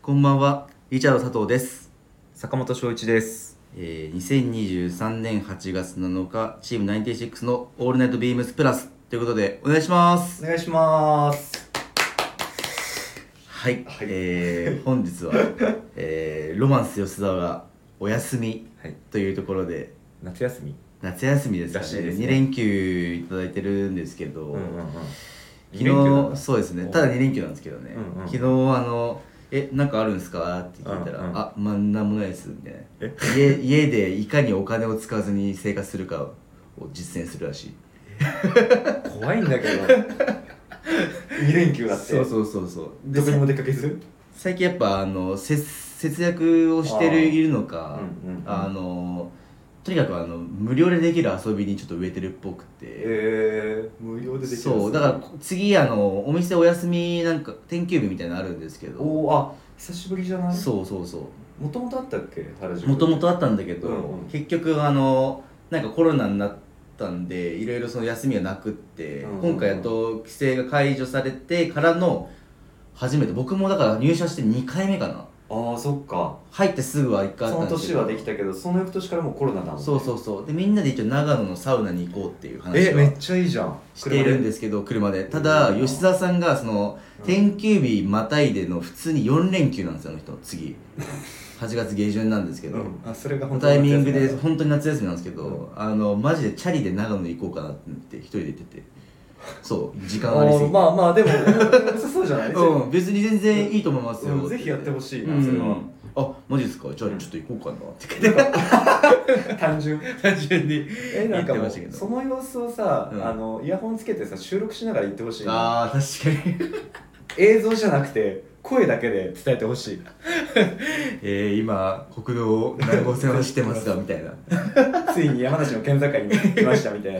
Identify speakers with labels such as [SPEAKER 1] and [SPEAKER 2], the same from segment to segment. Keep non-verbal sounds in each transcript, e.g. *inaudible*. [SPEAKER 1] こんばんは、リチャード佐藤です。
[SPEAKER 2] 坂本翔一です
[SPEAKER 1] えー、2023年8月7日、チーム96のオールナイトビームスプラスということで、お願いします。
[SPEAKER 2] お願いします
[SPEAKER 1] はい、
[SPEAKER 2] はい
[SPEAKER 1] えー、本日は、えー、ロマンス吉沢がお休み
[SPEAKER 2] はい
[SPEAKER 1] というところで、
[SPEAKER 2] 夏休み
[SPEAKER 1] 夏休みですから
[SPEAKER 2] しい
[SPEAKER 1] ね、
[SPEAKER 2] ですね
[SPEAKER 1] 2連休いただいてるんですけど、
[SPEAKER 2] 二連休なん
[SPEAKER 1] 昨
[SPEAKER 2] だ
[SPEAKER 1] 日そうですね
[SPEAKER 2] お
[SPEAKER 1] ただ2連休なんですけどね、
[SPEAKER 2] うんうん
[SPEAKER 1] 昨日あの「えなんかあるんですか?」って聞いたら「
[SPEAKER 2] うんうん
[SPEAKER 1] あまあなんもないです」みたいな家家でいかにお金を使わずに生活するかを実践するらしい
[SPEAKER 2] 怖いんだけど *laughs* 二連休だって
[SPEAKER 1] そうそうそうそうで
[SPEAKER 2] どこにも出かけず
[SPEAKER 1] 最近やっぱあの節節約をしてる
[SPEAKER 2] あー
[SPEAKER 1] いるのか、
[SPEAKER 2] うんうんうん
[SPEAKER 1] あのとにかくあの無料でできる遊びにちょっと植えてるっぽくて、
[SPEAKER 2] えー、無料でできる
[SPEAKER 1] そうだから次あのお店お休みなんか天休日みたいなのあるんですけど
[SPEAKER 2] おおあ久しぶりじゃない
[SPEAKER 1] そうそうそう
[SPEAKER 2] もともとあったっけ原宿
[SPEAKER 1] もともとあったんだけど、
[SPEAKER 2] うんうん
[SPEAKER 1] 結局あのなんかコロナになったんでいろいろその休みがなくって、
[SPEAKER 2] うんうん
[SPEAKER 1] 今回やっと規制が解除されてからの初めて僕もだから入社して2回目かな
[SPEAKER 2] ああそっか
[SPEAKER 1] 入ってすぐは1
[SPEAKER 2] そ
[SPEAKER 1] 回あった
[SPEAKER 2] の
[SPEAKER 1] んです
[SPEAKER 2] 年
[SPEAKER 1] けど
[SPEAKER 2] はできたけどその翌年からもうコロナだもんね、
[SPEAKER 1] そうそうそうでみんなで一応長野のサウナに行こうっていう話
[SPEAKER 2] えめ
[SPEAKER 1] は
[SPEAKER 2] っちゃいいじゃん
[SPEAKER 1] しているん
[SPEAKER 2] で
[SPEAKER 1] ですけど車でただ
[SPEAKER 2] うん
[SPEAKER 1] 吉沢さんがその
[SPEAKER 2] うん
[SPEAKER 1] 天休日またいでの普通に4連休なんですよあの人
[SPEAKER 2] *laughs*
[SPEAKER 1] 次8月下旬なんですけど、
[SPEAKER 2] うん、あそれが
[SPEAKER 1] この
[SPEAKER 2] 本当
[SPEAKER 1] タ
[SPEAKER 2] に
[SPEAKER 1] イミング
[SPEAKER 2] 夏
[SPEAKER 1] で
[SPEAKER 2] 休みなんだ
[SPEAKER 1] 本当に夏休みなんですけど、
[SPEAKER 2] うん
[SPEAKER 1] あのマジでチャリで長野行こうかなって一人で行っててそう時間ありす
[SPEAKER 2] お
[SPEAKER 1] ぎ
[SPEAKER 2] ー
[SPEAKER 1] て、
[SPEAKER 2] まあまあでも *laughs* 良さそうじゃない
[SPEAKER 1] うん、別に全然いいと思いますよ、
[SPEAKER 2] うんぜひやってほしいな
[SPEAKER 1] うん
[SPEAKER 2] それは
[SPEAKER 1] あマジですかじゃあ
[SPEAKER 2] うん
[SPEAKER 1] ちょっと行こうかなって
[SPEAKER 2] 単純
[SPEAKER 1] 単純 *laughs* に
[SPEAKER 2] えなんかも
[SPEAKER 1] 言
[SPEAKER 2] う
[SPEAKER 1] ってましたけど
[SPEAKER 2] その様子をさ、
[SPEAKER 1] うん
[SPEAKER 2] あのイヤホンつけてさ収録しながら言ってほしいな
[SPEAKER 1] あー確かに *laughs*
[SPEAKER 2] 映像じゃなくて声だけで伝えてほ
[SPEAKER 1] *laughs*
[SPEAKER 2] しい
[SPEAKER 1] えー、今国道7号線走ってますがみたいな
[SPEAKER 2] ついに山梨の県境に来ましたみたい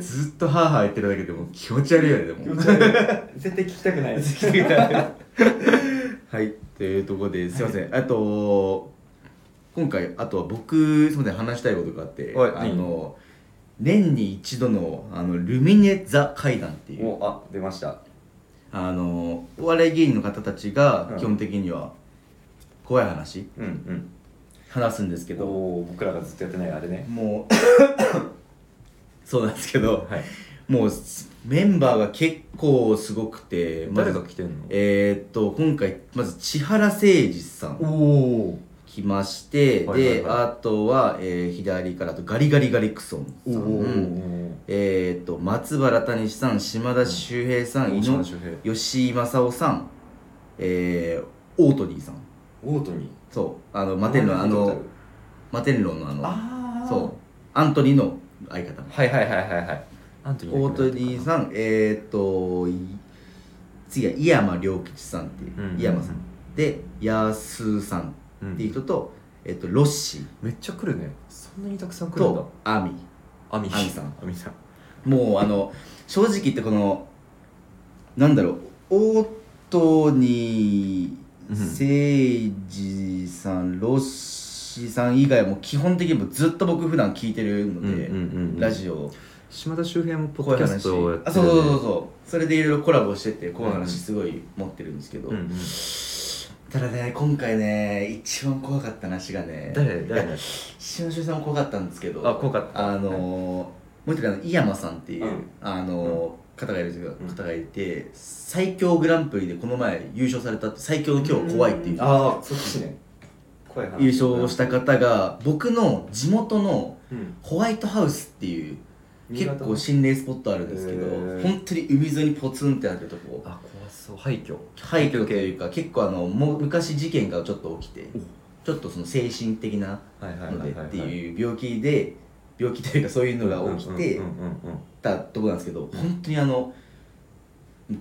[SPEAKER 1] *laughs* ずっとハーハー言ってるだけでも気持ち悪いよねで
[SPEAKER 2] 気
[SPEAKER 1] も
[SPEAKER 2] 持ち悪い絶対聞きたくない聞きたくない
[SPEAKER 1] はいっていうところですいません、あと今回あとは僕すいません話したいことがあって
[SPEAKER 2] はい
[SPEAKER 1] あの年に一度のあのルミネ・ザ会談っていう
[SPEAKER 2] もうあ出ました
[SPEAKER 1] あのお笑い芸人の方たちが
[SPEAKER 2] うん
[SPEAKER 1] 基本的には怖い話
[SPEAKER 2] うんうん
[SPEAKER 1] 話すんですけ
[SPEAKER 2] けど
[SPEAKER 1] ど
[SPEAKER 2] 僕らがずっとやってないあれね
[SPEAKER 1] もうそうなんですけど
[SPEAKER 2] はい
[SPEAKER 1] もうメンバーが結構すごくてまず
[SPEAKER 2] 来てんの
[SPEAKER 1] えーっと今回まず千原誠二さん
[SPEAKER 2] おお
[SPEAKER 1] 来まして、
[SPEAKER 2] はいはいはい
[SPEAKER 1] であとは、えー左からあとガリガリガリクソン
[SPEAKER 2] お
[SPEAKER 1] さん、うんえー、と松原谷さん島田秀平さん、
[SPEAKER 2] 大
[SPEAKER 1] 井
[SPEAKER 2] 島
[SPEAKER 1] 野
[SPEAKER 2] 周平
[SPEAKER 1] 吉井正夫さん、えー、オートニーさん
[SPEAKER 2] オートに
[SPEAKER 1] そうあのマテンロンあのマテンロンのあの
[SPEAKER 2] ああ
[SPEAKER 1] そうアントニーの相方
[SPEAKER 2] はいはいはいはいはいアント
[SPEAKER 1] オートニーさんえー、とい次は井山良吉さんっていう、
[SPEAKER 2] うん
[SPEAKER 1] 井山さんでヤースーさん
[SPEAKER 2] ん
[SPEAKER 1] っていう人と、えー、とロッシ
[SPEAKER 2] めっちゃ来るねそんなにたくさん
[SPEAKER 1] ーとアミ
[SPEAKER 2] アミ
[SPEAKER 1] アミさん
[SPEAKER 2] アミさん
[SPEAKER 1] もうあの正直言ってこのなんだろうオートニー
[SPEAKER 2] うん
[SPEAKER 1] 誠司さんロッシーさん以外はもう基本的にもうずっと僕普段聞いてるので、ラジオ
[SPEAKER 2] 島田周平もポッ
[SPEAKER 1] こうい
[SPEAKER 2] ド
[SPEAKER 1] う
[SPEAKER 2] キャ
[SPEAKER 1] 話
[SPEAKER 2] ストをやって
[SPEAKER 1] あ
[SPEAKER 2] る
[SPEAKER 1] そう
[SPEAKER 2] ね
[SPEAKER 1] そうそうそうそれでいろいろコラボしててこういう
[SPEAKER 2] うんうん
[SPEAKER 1] 話すごい持ってるんですけど、
[SPEAKER 2] うんうん
[SPEAKER 1] ただね今回ね一番怖かった話がね
[SPEAKER 2] 誰誰
[SPEAKER 1] 島修さんも怖かったんですけど
[SPEAKER 2] あ怖かった
[SPEAKER 1] あのーもう一人あの井山さんっていう、
[SPEAKER 2] うん
[SPEAKER 1] あのー方がいるんですけど、
[SPEAKER 2] うん
[SPEAKER 1] 方がいて最強グランプリでこの前優勝されたって最強の今日怖いっていう
[SPEAKER 2] ああそっちね怖い話
[SPEAKER 1] 優勝をした方が僕の地元の
[SPEAKER 2] うん
[SPEAKER 1] ホワイトハウスっていう
[SPEAKER 2] 新
[SPEAKER 1] 結
[SPEAKER 2] 潟
[SPEAKER 1] 構心霊スポットあるんですけど
[SPEAKER 2] へー
[SPEAKER 1] 本当に海沿いにポツンってあるとこ
[SPEAKER 2] あ怖そう廃墟
[SPEAKER 1] 廃墟というか結構あのもう昔事件がちょっと起きて
[SPEAKER 2] お
[SPEAKER 1] ちょっとその精神的な
[SPEAKER 2] はいはい
[SPEAKER 1] の
[SPEAKER 2] は
[SPEAKER 1] で
[SPEAKER 2] い
[SPEAKER 1] っ
[SPEAKER 2] はい
[SPEAKER 1] ていう病気で病気というかそういうのが起きて
[SPEAKER 2] うんうんうんうん
[SPEAKER 1] たとこなんですけど本当にあの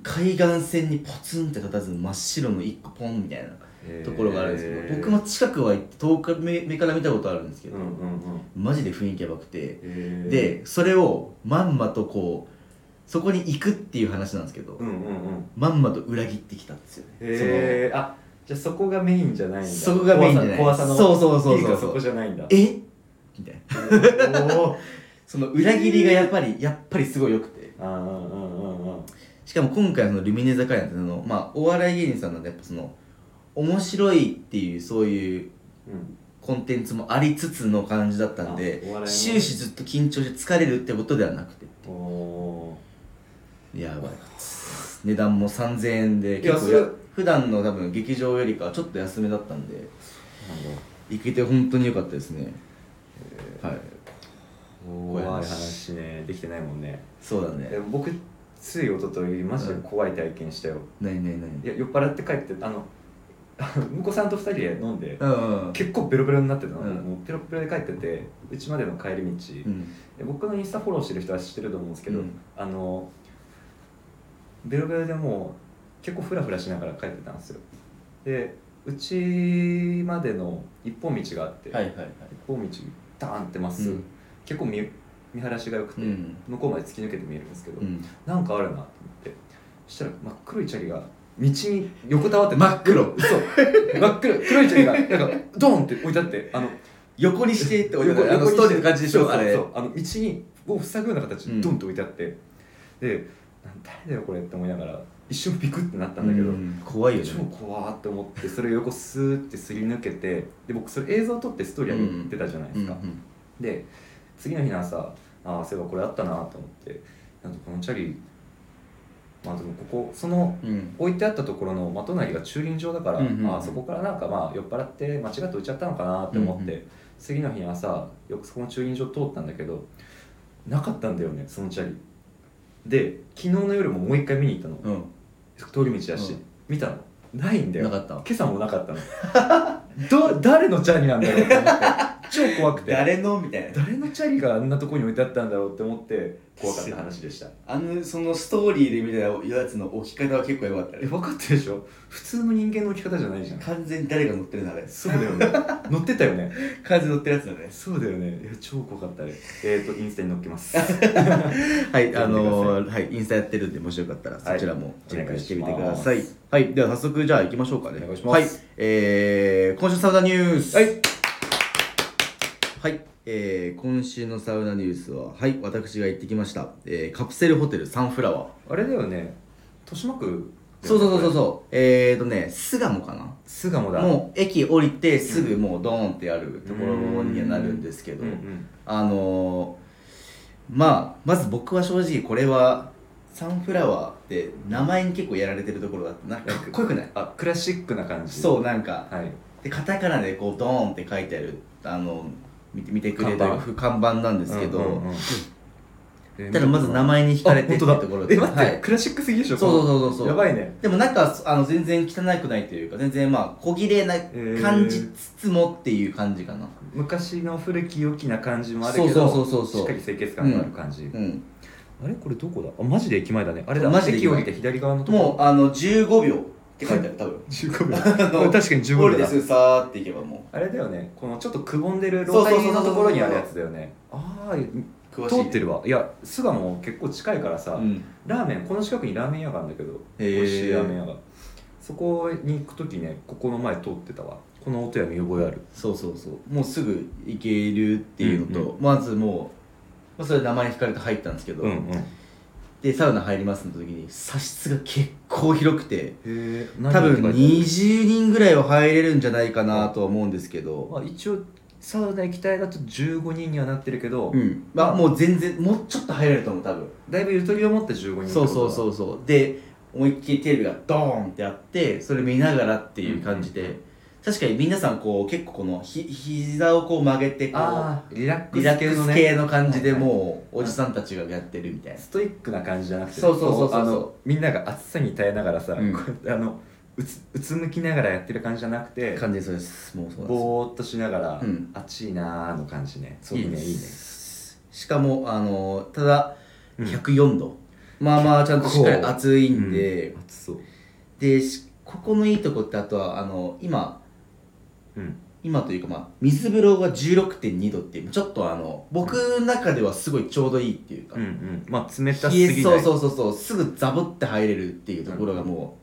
[SPEAKER 1] 海岸線にポツンって佇む真っ白の一個ポンみたいな
[SPEAKER 2] へー
[SPEAKER 1] ところがあるんですけど僕も近くは行って遠く目目から見たことあるんですけ
[SPEAKER 2] う
[SPEAKER 1] ど
[SPEAKER 2] んうんうん
[SPEAKER 1] マジで雰囲気やばくて
[SPEAKER 2] へー
[SPEAKER 1] でそれをまんまとこうそこに行くっていう話なんですけど
[SPEAKER 2] うんうんうん
[SPEAKER 1] まんまと裏切ってきたんですよね
[SPEAKER 2] へえあじゃあそこがメインじゃないんだ
[SPEAKER 1] そのそこがメインじゃない
[SPEAKER 2] 怖さ怖さの
[SPEAKER 1] そうそうそう
[SPEAKER 2] ピーク
[SPEAKER 1] そう
[SPEAKER 2] はそこじゃないんだ
[SPEAKER 1] えみたいな
[SPEAKER 2] おお
[SPEAKER 1] その裏切りがやっぱりやっぱりすごい良くて
[SPEAKER 2] ああうんうんうんうん
[SPEAKER 1] しかも今回のルミネ坂屋っていうのはまあお笑い芸人さんなんでやっぱその面白いっていうそういう
[SPEAKER 2] うん
[SPEAKER 1] コンテンツもありつつの感じだったんで
[SPEAKER 2] あお笑いの
[SPEAKER 1] 終始ずっと緊張して疲れるってことではなくて
[SPEAKER 2] お
[SPEAKER 1] やばい値段も3000円で
[SPEAKER 2] いや
[SPEAKER 1] 結構
[SPEAKER 2] それ
[SPEAKER 1] や普段の多分劇場よりかはちょっと安めだったんで行けて本当に良かったですねはい
[SPEAKER 2] お怖い話ねできてないもんね
[SPEAKER 1] そうだね
[SPEAKER 2] でも僕つい一昨日マジで怖い体験したよ、
[SPEAKER 1] ないないない
[SPEAKER 2] いや酔っ払って帰ってあの *laughs* 向こうさんと二人で飲んで、
[SPEAKER 1] うんうん
[SPEAKER 2] 結構ベロベロになってたの、
[SPEAKER 1] うん
[SPEAKER 2] もうペロペロで帰っててうちまでの帰り道、
[SPEAKER 1] うん
[SPEAKER 2] で僕のインスタフォローしてる人は知ってると思うんですけど、
[SPEAKER 1] うん
[SPEAKER 2] あのベロベロでもう結構フラフラしながら帰ってたんですよでうちまでの一本道があって、
[SPEAKER 1] はいはいはい
[SPEAKER 2] 一本道ダーンってまっすぐ、
[SPEAKER 1] うん
[SPEAKER 2] 結構見見晴らしが良くて、
[SPEAKER 1] うん
[SPEAKER 2] 向こうまで突き抜けて見えるんですけど、
[SPEAKER 1] うん
[SPEAKER 2] なんかあるなと思ってそしたら真っ黒いチャリが道に横たわってて
[SPEAKER 1] 真っ黒
[SPEAKER 2] そう真っ黒い黒いチャリがなんかドーンって置いてあってあの
[SPEAKER 1] 横にしてって
[SPEAKER 2] 横
[SPEAKER 1] 俺
[SPEAKER 2] 横に
[SPEAKER 1] あのストーリーの感じでし
[SPEAKER 2] そう
[SPEAKER 1] ょ
[SPEAKER 2] そう
[SPEAKER 1] あれ
[SPEAKER 2] そうあの道にを塞ぐような形
[SPEAKER 1] うん
[SPEAKER 2] でドンと置いてあって、でなん誰だよこれって思いながら一瞬ビクってなったんだけど、
[SPEAKER 1] うん怖いよね
[SPEAKER 2] 超怖ーって思ってそれを横スーってすり抜けてで僕それ映像撮ってストーリー上げてたじゃないですか、
[SPEAKER 1] うん
[SPEAKER 2] で次の日の朝ああそういえばこれあったなと思ってなんかこのチャリまあでもここその
[SPEAKER 1] うんうん
[SPEAKER 2] 置いてあったところのまあ隣が駐輪場だから、
[SPEAKER 1] うんうんうん
[SPEAKER 2] ああそこからなんかまあ酔っ払って間違って置いちゃったのかなって思って、
[SPEAKER 1] うん
[SPEAKER 2] 次の日の朝よくそこの駐輪場通ったんだけどなかったんだよねそのチャリで昨日の夜ももう一回見に行ったの、
[SPEAKER 1] うん
[SPEAKER 2] 通り道だし、
[SPEAKER 1] うん
[SPEAKER 2] 見たのないんだよ
[SPEAKER 1] なかった
[SPEAKER 2] 今朝もなかっ
[SPEAKER 1] *laughs*
[SPEAKER 2] たのど誰のチャリなんだろうって思って超怖く
[SPEAKER 1] *laughs*
[SPEAKER 2] て
[SPEAKER 1] 誰のみたいな
[SPEAKER 2] 誰のチャリがあんなとこに置いてあったんだろうって思って怖かった話でした
[SPEAKER 1] あのそのストーリーで見たやつの置き方は結構良かった
[SPEAKER 2] え
[SPEAKER 1] ね
[SPEAKER 2] 分かったでしょ普通の人間の置き方じゃないじゃん
[SPEAKER 1] 完全に誰が乗ってるのあれ
[SPEAKER 2] そうだよね *laughs* 乗ってたよね
[SPEAKER 1] 完全に乗ってるやつだね
[SPEAKER 2] そうだよねいや超怖かったあれえっ、ー、とインスタに載っけます
[SPEAKER 1] はいあのーはいインスタやってるんでもしよかったらそちらもチェックしてみてくださいは
[SPEAKER 2] お願い
[SPEAKER 1] い
[SPEAKER 2] しま
[SPEAKER 1] では早速じゃあ行きましょうかね
[SPEAKER 2] お願いしま
[SPEAKER 1] は
[SPEAKER 2] す
[SPEAKER 1] いえー、今週のサウナニュース
[SPEAKER 2] はい
[SPEAKER 1] はい、えー、今週のサウナニュースははい私が行ってきました、えー、カプセルホテルサンフラワー
[SPEAKER 2] あれだよね豊島区
[SPEAKER 1] そうそうそうそう
[SPEAKER 2] う
[SPEAKER 1] そうえーとね巣鴨かな
[SPEAKER 2] 巣鴨だ
[SPEAKER 1] もう駅降りてすぐもうドーンってやるところにはなるんですけど、
[SPEAKER 2] うんうん
[SPEAKER 1] あのー、まあまず僕は正直これはサンフラワーって名前に結構やられてるところがあってなんかかっこよくない
[SPEAKER 2] あクラシックな感じ
[SPEAKER 1] そうなんか
[SPEAKER 2] はい
[SPEAKER 1] でカタカナでこうドーンって書いてあるあの見て見てくれる
[SPEAKER 2] 看
[SPEAKER 1] 看板なんですけど、
[SPEAKER 2] うんうんうんえー
[SPEAKER 1] ただまず名前に惹かれてって
[SPEAKER 2] あ本当だ
[SPEAKER 1] ところ
[SPEAKER 2] え
[SPEAKER 1] で
[SPEAKER 2] 待って、
[SPEAKER 1] はい
[SPEAKER 2] クラシックすぎでしょ
[SPEAKER 1] そうそう
[SPEAKER 2] う
[SPEAKER 1] そうそうそう
[SPEAKER 2] やばいね
[SPEAKER 1] でもなんかあの全然汚くないというか全然まあ小綺麗な感じつつもっていう感じかな、
[SPEAKER 2] 昔の古き良きな感じもあるけど
[SPEAKER 1] そうそうそうそうそう
[SPEAKER 2] しっかり清潔感のある感じ、
[SPEAKER 1] うん、
[SPEAKER 2] あれこれどこだあマジで駅前だねあれだ
[SPEAKER 1] マジで駅
[SPEAKER 2] 駅
[SPEAKER 1] 前
[SPEAKER 2] 降りて左側のとこ
[SPEAKER 1] もうあの15秒って書いてある多
[SPEAKER 2] *laughs*
[SPEAKER 1] 分
[SPEAKER 2] 15秒
[SPEAKER 1] あの
[SPEAKER 2] 確かに15
[SPEAKER 1] ゴー
[SPEAKER 2] 秒
[SPEAKER 1] ルで
[SPEAKER 2] だ
[SPEAKER 1] すぐさーっていけばも
[SPEAKER 2] あれだよねこのちょっとくぼんでる
[SPEAKER 1] そう
[SPEAKER 2] ロータ
[SPEAKER 1] そうそう
[SPEAKER 2] リ
[SPEAKER 1] そう
[SPEAKER 2] ーのところにあるやつだよねああ
[SPEAKER 1] う詳しい
[SPEAKER 2] 通ってるわいや巣鴨結構近いからさ、
[SPEAKER 1] うん
[SPEAKER 2] ラーメンこの近くにラーメン屋があるんだけど
[SPEAKER 1] へー
[SPEAKER 2] 美味しいラーメン屋がそこに行く時ねここの前通ってたわこの音や見覚えある
[SPEAKER 1] そうそうそうもうすぐ行けるっていうのと、
[SPEAKER 2] う
[SPEAKER 1] まずもう、まあ、それ名前に惹かれて入ったんですけど、
[SPEAKER 2] うんうんへ
[SPEAKER 1] でサウナ入りますの時に差し室が結構広くて
[SPEAKER 2] え
[SPEAKER 1] 多分20人ぐらいは入れるんじゃないかなとは思うんですけど、
[SPEAKER 2] まあ、一応サウナ液体だと15人にはなってるけど、
[SPEAKER 1] うんまあ、もう全然もうちょっと入れると思う多分
[SPEAKER 2] だいぶゆとりを持って15人って
[SPEAKER 1] そうそうそううそうで思いっきりテレビがドーンってあってそれ見ながらっていう感じで、
[SPEAKER 2] うんうん
[SPEAKER 1] 確かに皆さんこう結構このひ膝をこう曲げてこう
[SPEAKER 2] ああリラック
[SPEAKER 1] リラ
[SPEAKER 2] ス
[SPEAKER 1] ッ
[SPEAKER 2] 系
[SPEAKER 1] ク
[SPEAKER 2] の
[SPEAKER 1] ス
[SPEAKER 2] ね
[SPEAKER 1] 系の感じで
[SPEAKER 2] はいはい
[SPEAKER 1] もうおじさんたちがやってるみたいな
[SPEAKER 2] ストイックな感じじゃなくて
[SPEAKER 1] そうそうそうそう
[SPEAKER 2] こあのみんなが暑さに耐えながらさ、
[SPEAKER 1] うん
[SPEAKER 2] こうやってあのうつうつむきながらやってる感じじゃなくて
[SPEAKER 1] 感じですそうですもうそうなんですよ
[SPEAKER 2] ぼーっとしながら、
[SPEAKER 1] うん
[SPEAKER 2] 暑いなーの感じね
[SPEAKER 1] そう
[SPEAKER 2] いい
[SPEAKER 1] で
[SPEAKER 2] ね
[SPEAKER 1] す
[SPEAKER 2] いいね
[SPEAKER 1] しかもあのただ
[SPEAKER 2] うん
[SPEAKER 1] 104度、まあまあちゃんとしっかり
[SPEAKER 2] 結構
[SPEAKER 1] 暑いんで、
[SPEAKER 2] うん暑そう
[SPEAKER 1] でしここのいいとこってあとはあの今
[SPEAKER 2] うん
[SPEAKER 1] 今というかまあ水風呂が16.2度っていうちょっとあの僕の中ではすごいちょうどいいっていうか、
[SPEAKER 2] うんうんまあ冷たす
[SPEAKER 1] 冷え
[SPEAKER 2] ぎ
[SPEAKER 1] そ
[SPEAKER 2] な
[SPEAKER 1] う
[SPEAKER 2] *laughs* い
[SPEAKER 1] そうそうそうすぐザブって入れるっていうところがも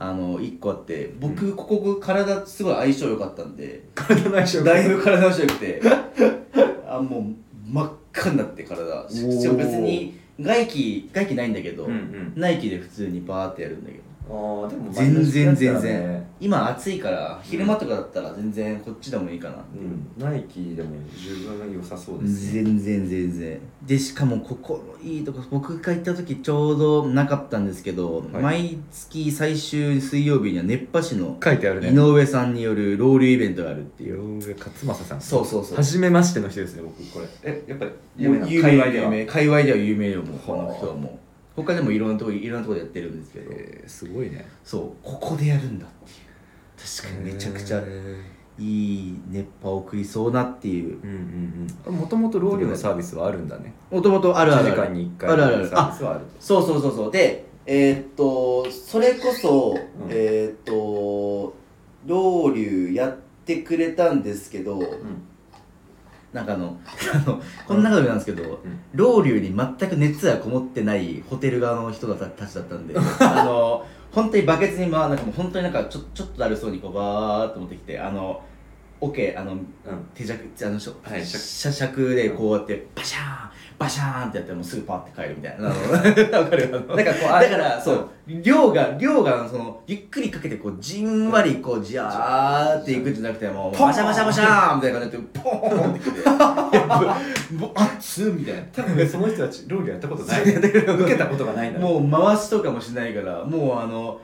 [SPEAKER 1] う、あの1個あって僕ここ体すごい相性良かったんで、
[SPEAKER 2] 体の相性
[SPEAKER 1] だいぶ体の白くて *laughs* あもう真っ赤になって体ししかも別に外気外気ないんだけど、
[SPEAKER 2] うんうん
[SPEAKER 1] 内気で普通にバーってやるんだけど
[SPEAKER 2] あーでも
[SPEAKER 1] 全然
[SPEAKER 2] マイナスだったらね
[SPEAKER 1] 今暑いから昼間とかだったら全然こっちでもいいかな、
[SPEAKER 2] うん、ナイキでも十分良さそうです
[SPEAKER 1] 全
[SPEAKER 2] ね
[SPEAKER 1] 然全然でしかもここのいいとこ僕が行った時ちょうどなかったんですけど、
[SPEAKER 2] はい
[SPEAKER 1] 毎月最終水曜日には熱波師の
[SPEAKER 2] 書いてあるね
[SPEAKER 1] 井上さんによるロウリュイベントがあるって
[SPEAKER 2] 井
[SPEAKER 1] いう
[SPEAKER 2] 上勝正さん
[SPEAKER 1] そうそうそう
[SPEAKER 2] 初めましての人ですね僕これえやっぱり有名な
[SPEAKER 1] 有
[SPEAKER 2] 界隈では
[SPEAKER 1] 名界隈では有名よもう
[SPEAKER 2] はあ
[SPEAKER 1] この人はもう他でもいろんなとこいろんなとこでやってるんですけど、
[SPEAKER 2] えー、すごいね
[SPEAKER 1] そうここでやるんだっていう確かにめちゃくちゃ
[SPEAKER 2] え
[SPEAKER 1] いい熱波を送りそうなっていう
[SPEAKER 2] ーうんうんうんもともとロウリュのサービスはあるんだね
[SPEAKER 1] もともとあるあるあ
[SPEAKER 2] 1時間
[SPEAKER 1] る
[SPEAKER 2] に1回
[SPEAKER 1] あるあるある
[SPEAKER 2] サービスはあると
[SPEAKER 1] そうそうそうそうでえーっとそれこそ、
[SPEAKER 2] ん
[SPEAKER 1] えーっと老流やってくれたんですけど
[SPEAKER 2] うん
[SPEAKER 1] なんかあの *laughs* あのこんなことなんですけど
[SPEAKER 2] うん
[SPEAKER 1] 老流に全く熱がこもってないホテル側の人たちだった
[SPEAKER 2] *laughs*
[SPEAKER 1] んであの本当にバケツにまあなんかもう本当になんかちょちょっとだるそうにこうバーっと持ってきてあのオケあの
[SPEAKER 2] うん
[SPEAKER 1] 手酌あのしょ、
[SPEAKER 2] はい
[SPEAKER 1] しゃ尺でこうやってバシャーンバシャーンってやってもうすぐパッて帰るみたいなあの *laughs* わかるあの
[SPEAKER 2] なんかこうあ
[SPEAKER 1] だからそう量が量がそのゆっくりかけてこうじんわりこうじゃーっていくんじゃなくてもう
[SPEAKER 2] ポン
[SPEAKER 1] バシャバシャバシャーンみたいな感じでポーンってきてや
[SPEAKER 2] *laughs*
[SPEAKER 1] っぱもう熱っみたいな
[SPEAKER 2] 多分ねその人たちロウリュやったことない受けたことがないんだね
[SPEAKER 1] もう回しとかもしないからもうあの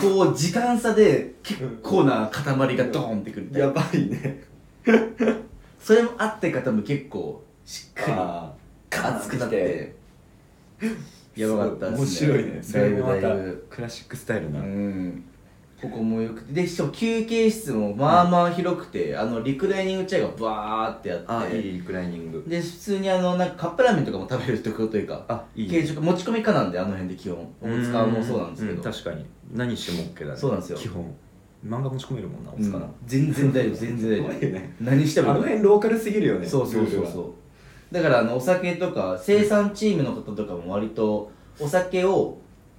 [SPEAKER 1] こう時間差で結構な塊がドーンってくるみたいな
[SPEAKER 2] やばいね
[SPEAKER 1] それもあって方も結構しっかり
[SPEAKER 2] あー
[SPEAKER 1] 熱くな
[SPEAKER 2] *laughs*
[SPEAKER 1] ってやばかった
[SPEAKER 2] 面
[SPEAKER 1] ですね
[SPEAKER 2] 白いねそれもま
[SPEAKER 1] だ
[SPEAKER 2] た
[SPEAKER 1] いぶ
[SPEAKER 2] クラシックスタイル
[SPEAKER 1] だいぶ
[SPEAKER 2] な
[SPEAKER 1] うんここもよくてでしかも休憩室もまあまあ広くて、あのリクライニングチェアがバーってやって
[SPEAKER 2] あいいリクライニング
[SPEAKER 1] で普通にあのなんかカップラーメンとかも食べるとこというか
[SPEAKER 2] あいいね
[SPEAKER 1] 軽食持ち込みかなんであの辺で基本おつかもそうなんですけ
[SPEAKER 2] う
[SPEAKER 1] ど
[SPEAKER 2] 確かに何しても OK だね
[SPEAKER 1] そうなんですよ
[SPEAKER 2] 基本漫画持ち込めるもんなお
[SPEAKER 1] う
[SPEAKER 2] つかなん
[SPEAKER 1] 全然大丈夫全然
[SPEAKER 2] *laughs*
[SPEAKER 1] 大
[SPEAKER 2] 怖い
[SPEAKER 1] 丈
[SPEAKER 2] よ
[SPEAKER 1] 夫
[SPEAKER 2] ね
[SPEAKER 1] 何して
[SPEAKER 2] あ
[SPEAKER 1] も
[SPEAKER 2] の辺ローカルすぎるよね
[SPEAKER 1] そうそうそうそうだからあのお酒とか生産チームの方とかも割とお酒を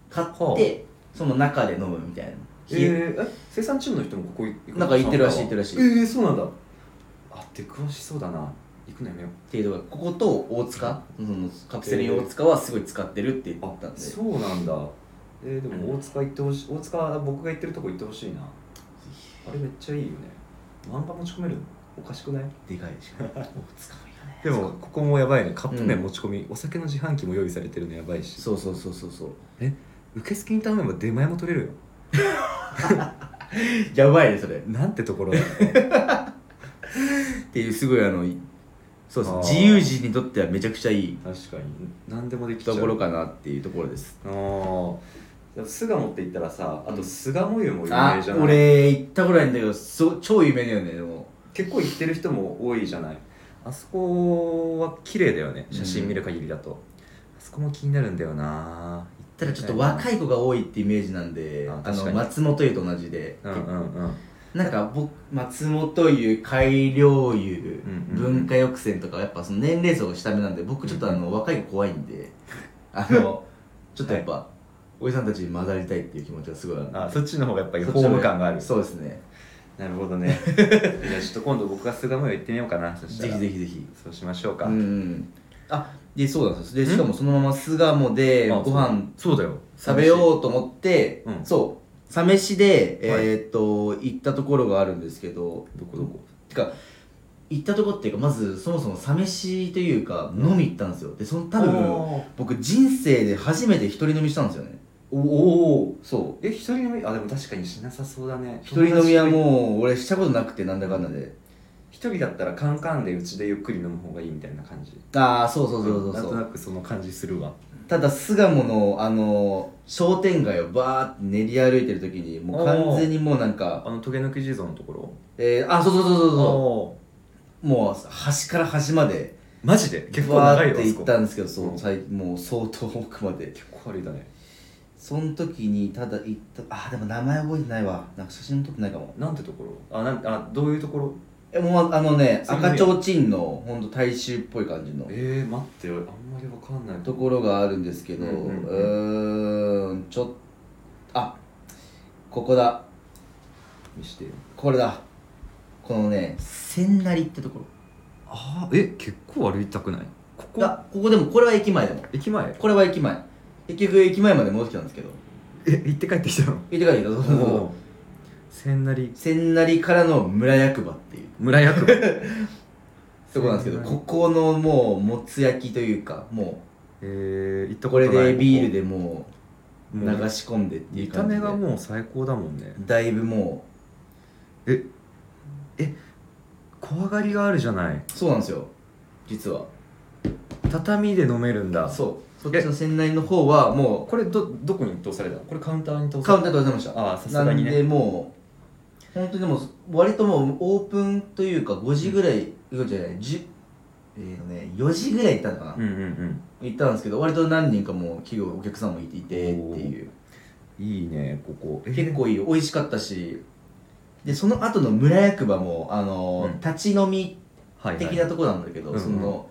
[SPEAKER 1] 買ってその中で飲むみたいな、
[SPEAKER 2] ルールがえーえ生産チームの人もここ行くの
[SPEAKER 1] なんか行ってるらしい行
[SPEAKER 2] 参
[SPEAKER 1] って
[SPEAKER 2] 加
[SPEAKER 1] る
[SPEAKER 2] は
[SPEAKER 1] らしい
[SPEAKER 2] ええそうなんだあ出くわしそうだな行くのやめよう
[SPEAKER 1] っていうとこここと大塚そのカプセルに大塚はすごい使ってるって言ったんで、
[SPEAKER 2] そうなんだえー、でも大塚行ってほしい大塚は僕が行ってるとこ行ってほしいなあれめっちゃいいよね漫画持ち込めるのおかしくない
[SPEAKER 1] でかいでしょ大塚もいいよね
[SPEAKER 2] でもここもやばいねカップ麺
[SPEAKER 1] うん
[SPEAKER 2] 持ち込み、お酒の自販機も用意されてるのやばいし
[SPEAKER 1] そうそうそうそうそう
[SPEAKER 2] 受付に頼めば出前も取れるよ
[SPEAKER 1] やばいねそれっ
[SPEAKER 2] なんて
[SPEAKER 1] *laughs*
[SPEAKER 2] ところだ
[SPEAKER 1] ていうすごいあのそう
[SPEAKER 2] あ
[SPEAKER 1] そう
[SPEAKER 2] ー
[SPEAKER 1] 自由人にとってはめちゃくちゃいい
[SPEAKER 2] 確かに何でもできちゃ
[SPEAKER 1] と
[SPEAKER 2] う
[SPEAKER 1] ころかなっていうところです
[SPEAKER 2] あーでも巣鴨って言ったらさあと巣鴨湯も有
[SPEAKER 1] あ
[SPEAKER 2] 名じゃない、
[SPEAKER 1] 俺行ったことないんだけどそう超有名だよねでも
[SPEAKER 2] 結構行ってる人も多いじゃないあそこは綺麗だよね写真見る限りだと、あそこも気になるんだよな
[SPEAKER 1] ただちょっと若
[SPEAKER 2] い
[SPEAKER 1] い子が多いってイメージなんで
[SPEAKER 2] あ
[SPEAKER 1] あ
[SPEAKER 2] 確か
[SPEAKER 1] の
[SPEAKER 2] に
[SPEAKER 1] 松本湯と同じで、
[SPEAKER 2] うんうんうん
[SPEAKER 1] なんか僕松本湯改良湯、
[SPEAKER 2] うんうんうん
[SPEAKER 1] 文化抑制とかやっぱその年齢層が下目なんで僕ちょっとあの、若い子怖いんであのちょっとやっぱ、おじさんたちに混ざりたいっていう気持ちがすごいあるんで
[SPEAKER 2] あそっちの方がやっぱり
[SPEAKER 1] そ
[SPEAKER 2] ホ
[SPEAKER 1] っちの方
[SPEAKER 2] ー
[SPEAKER 1] が
[SPEAKER 2] ム感がある
[SPEAKER 1] そうですね
[SPEAKER 2] なるほどね *laughs* じゃあちょっと今度僕が巣鴨湯行ってみようかなそした
[SPEAKER 1] ぜ
[SPEAKER 2] ら
[SPEAKER 1] ひぜひぜひ
[SPEAKER 2] そうしましょうか、
[SPEAKER 1] うんうんあでそうなんですで
[SPEAKER 2] ん
[SPEAKER 1] しかもそのまま巣鴨で
[SPEAKER 2] あ
[SPEAKER 1] ご飯
[SPEAKER 2] そうだよ
[SPEAKER 1] 食べようと思って、
[SPEAKER 2] うん
[SPEAKER 1] そうサ飯で、
[SPEAKER 2] はい
[SPEAKER 1] えーっと行ったところがあるんですけど
[SPEAKER 2] どこどこ
[SPEAKER 1] てか行ったとこっていうかまずそもそもサ飯というか
[SPEAKER 2] うん
[SPEAKER 1] 飲み行ったんですよでその多分
[SPEAKER 2] おー
[SPEAKER 1] 僕人生で初めて一人飲みしたんですよね
[SPEAKER 2] おお
[SPEAKER 1] そう
[SPEAKER 2] え一人飲みあでも確かにしなさそうだね
[SPEAKER 1] 一人飲みは
[SPEAKER 2] う
[SPEAKER 1] もう俺したことなくてなんだかんだで
[SPEAKER 2] 一人だったらカンカンでうちでゆっくり飲む方がいいみたいな感じ
[SPEAKER 1] ああそうそうそうそう
[SPEAKER 2] な
[SPEAKER 1] んそ
[SPEAKER 2] と
[SPEAKER 1] う
[SPEAKER 2] なくその感じするわ
[SPEAKER 1] ただ巣鴨のあの商店街をバーって練り歩いてる時にもう完全にもうなんか
[SPEAKER 2] あのトゲ抜き地蔵のところ
[SPEAKER 1] えー、あそうそうそうそうそう
[SPEAKER 2] お
[SPEAKER 1] もう端から端まで
[SPEAKER 2] ーマジで結構
[SPEAKER 1] バ
[SPEAKER 2] 長い
[SPEAKER 1] ーっ
[SPEAKER 2] よあ
[SPEAKER 1] て
[SPEAKER 2] そ
[SPEAKER 1] 行っ
[SPEAKER 2] こ
[SPEAKER 1] たんですけどそううん最もう相当奥まで
[SPEAKER 2] 結構歩いたね
[SPEAKER 1] その時にただ行ったあでも名前覚えてないわなんか写真も撮ってないかも
[SPEAKER 2] なんてところあなんあどういうところ
[SPEAKER 1] えもうあのね
[SPEAKER 2] その
[SPEAKER 1] 赤ちょうちんのほんと大衆っぽい感じの
[SPEAKER 2] えー、待ってあんまりわかんない
[SPEAKER 1] ところがあるんですけどう
[SPEAKER 2] うんうん
[SPEAKER 1] ーんちょっあここだ
[SPEAKER 2] 見してよ
[SPEAKER 1] これだこのね千成ってところ
[SPEAKER 2] あーえ結構歩いたくないここ
[SPEAKER 1] あここでもこれは駅前でも
[SPEAKER 2] 駅前
[SPEAKER 1] これは駅前結局駅前まで戻ってきたんですけど
[SPEAKER 2] え行って帰ってきた
[SPEAKER 1] 行
[SPEAKER 2] の
[SPEAKER 1] って帰ってきたそうそうそう
[SPEAKER 2] 千千成
[SPEAKER 1] 千成からの村役場っていう
[SPEAKER 2] 村役場
[SPEAKER 1] とこなんですけど
[SPEAKER 2] 千成
[SPEAKER 1] ここのもうもつ焼きというかも
[SPEAKER 2] *laughs* えー、行っ
[SPEAKER 1] う
[SPEAKER 2] た
[SPEAKER 1] こ
[SPEAKER 2] ことな
[SPEAKER 1] れ
[SPEAKER 2] い
[SPEAKER 1] でビールでもう
[SPEAKER 2] も
[SPEAKER 1] 流
[SPEAKER 2] う
[SPEAKER 1] し込んでってい
[SPEAKER 2] 見
[SPEAKER 1] う
[SPEAKER 2] た
[SPEAKER 1] 感じ
[SPEAKER 2] 目
[SPEAKER 1] で
[SPEAKER 2] がもう最高だもんね
[SPEAKER 1] だいぶも
[SPEAKER 2] 怖がりがあるじゃないう
[SPEAKER 1] そうなんですよ実は
[SPEAKER 2] 畳で飲めるんだ
[SPEAKER 1] そうそっちの船内の方はも
[SPEAKER 2] これどどこに通されたのこれカウンターに通
[SPEAKER 1] う
[SPEAKER 2] さ
[SPEAKER 1] カウン
[SPEAKER 2] れた
[SPEAKER 1] ターでございました
[SPEAKER 2] ああさすがに
[SPEAKER 1] なん
[SPEAKER 2] ね
[SPEAKER 1] でもう本当にでも割ともうオープンというか5時ぐらい、うじゃない10えー、ね4時ぐらい行ったのかな、
[SPEAKER 2] うんうん
[SPEAKER 1] 行ったんですけど割と何人かもう企業お客さんもいていてっていう
[SPEAKER 2] うんいいねここえー
[SPEAKER 1] 結構いい美味しかったしでその後の村役場もあの、
[SPEAKER 2] うん
[SPEAKER 1] 立ち飲み
[SPEAKER 2] はいはい
[SPEAKER 1] 的なところなんだけど、
[SPEAKER 2] うんうん
[SPEAKER 1] その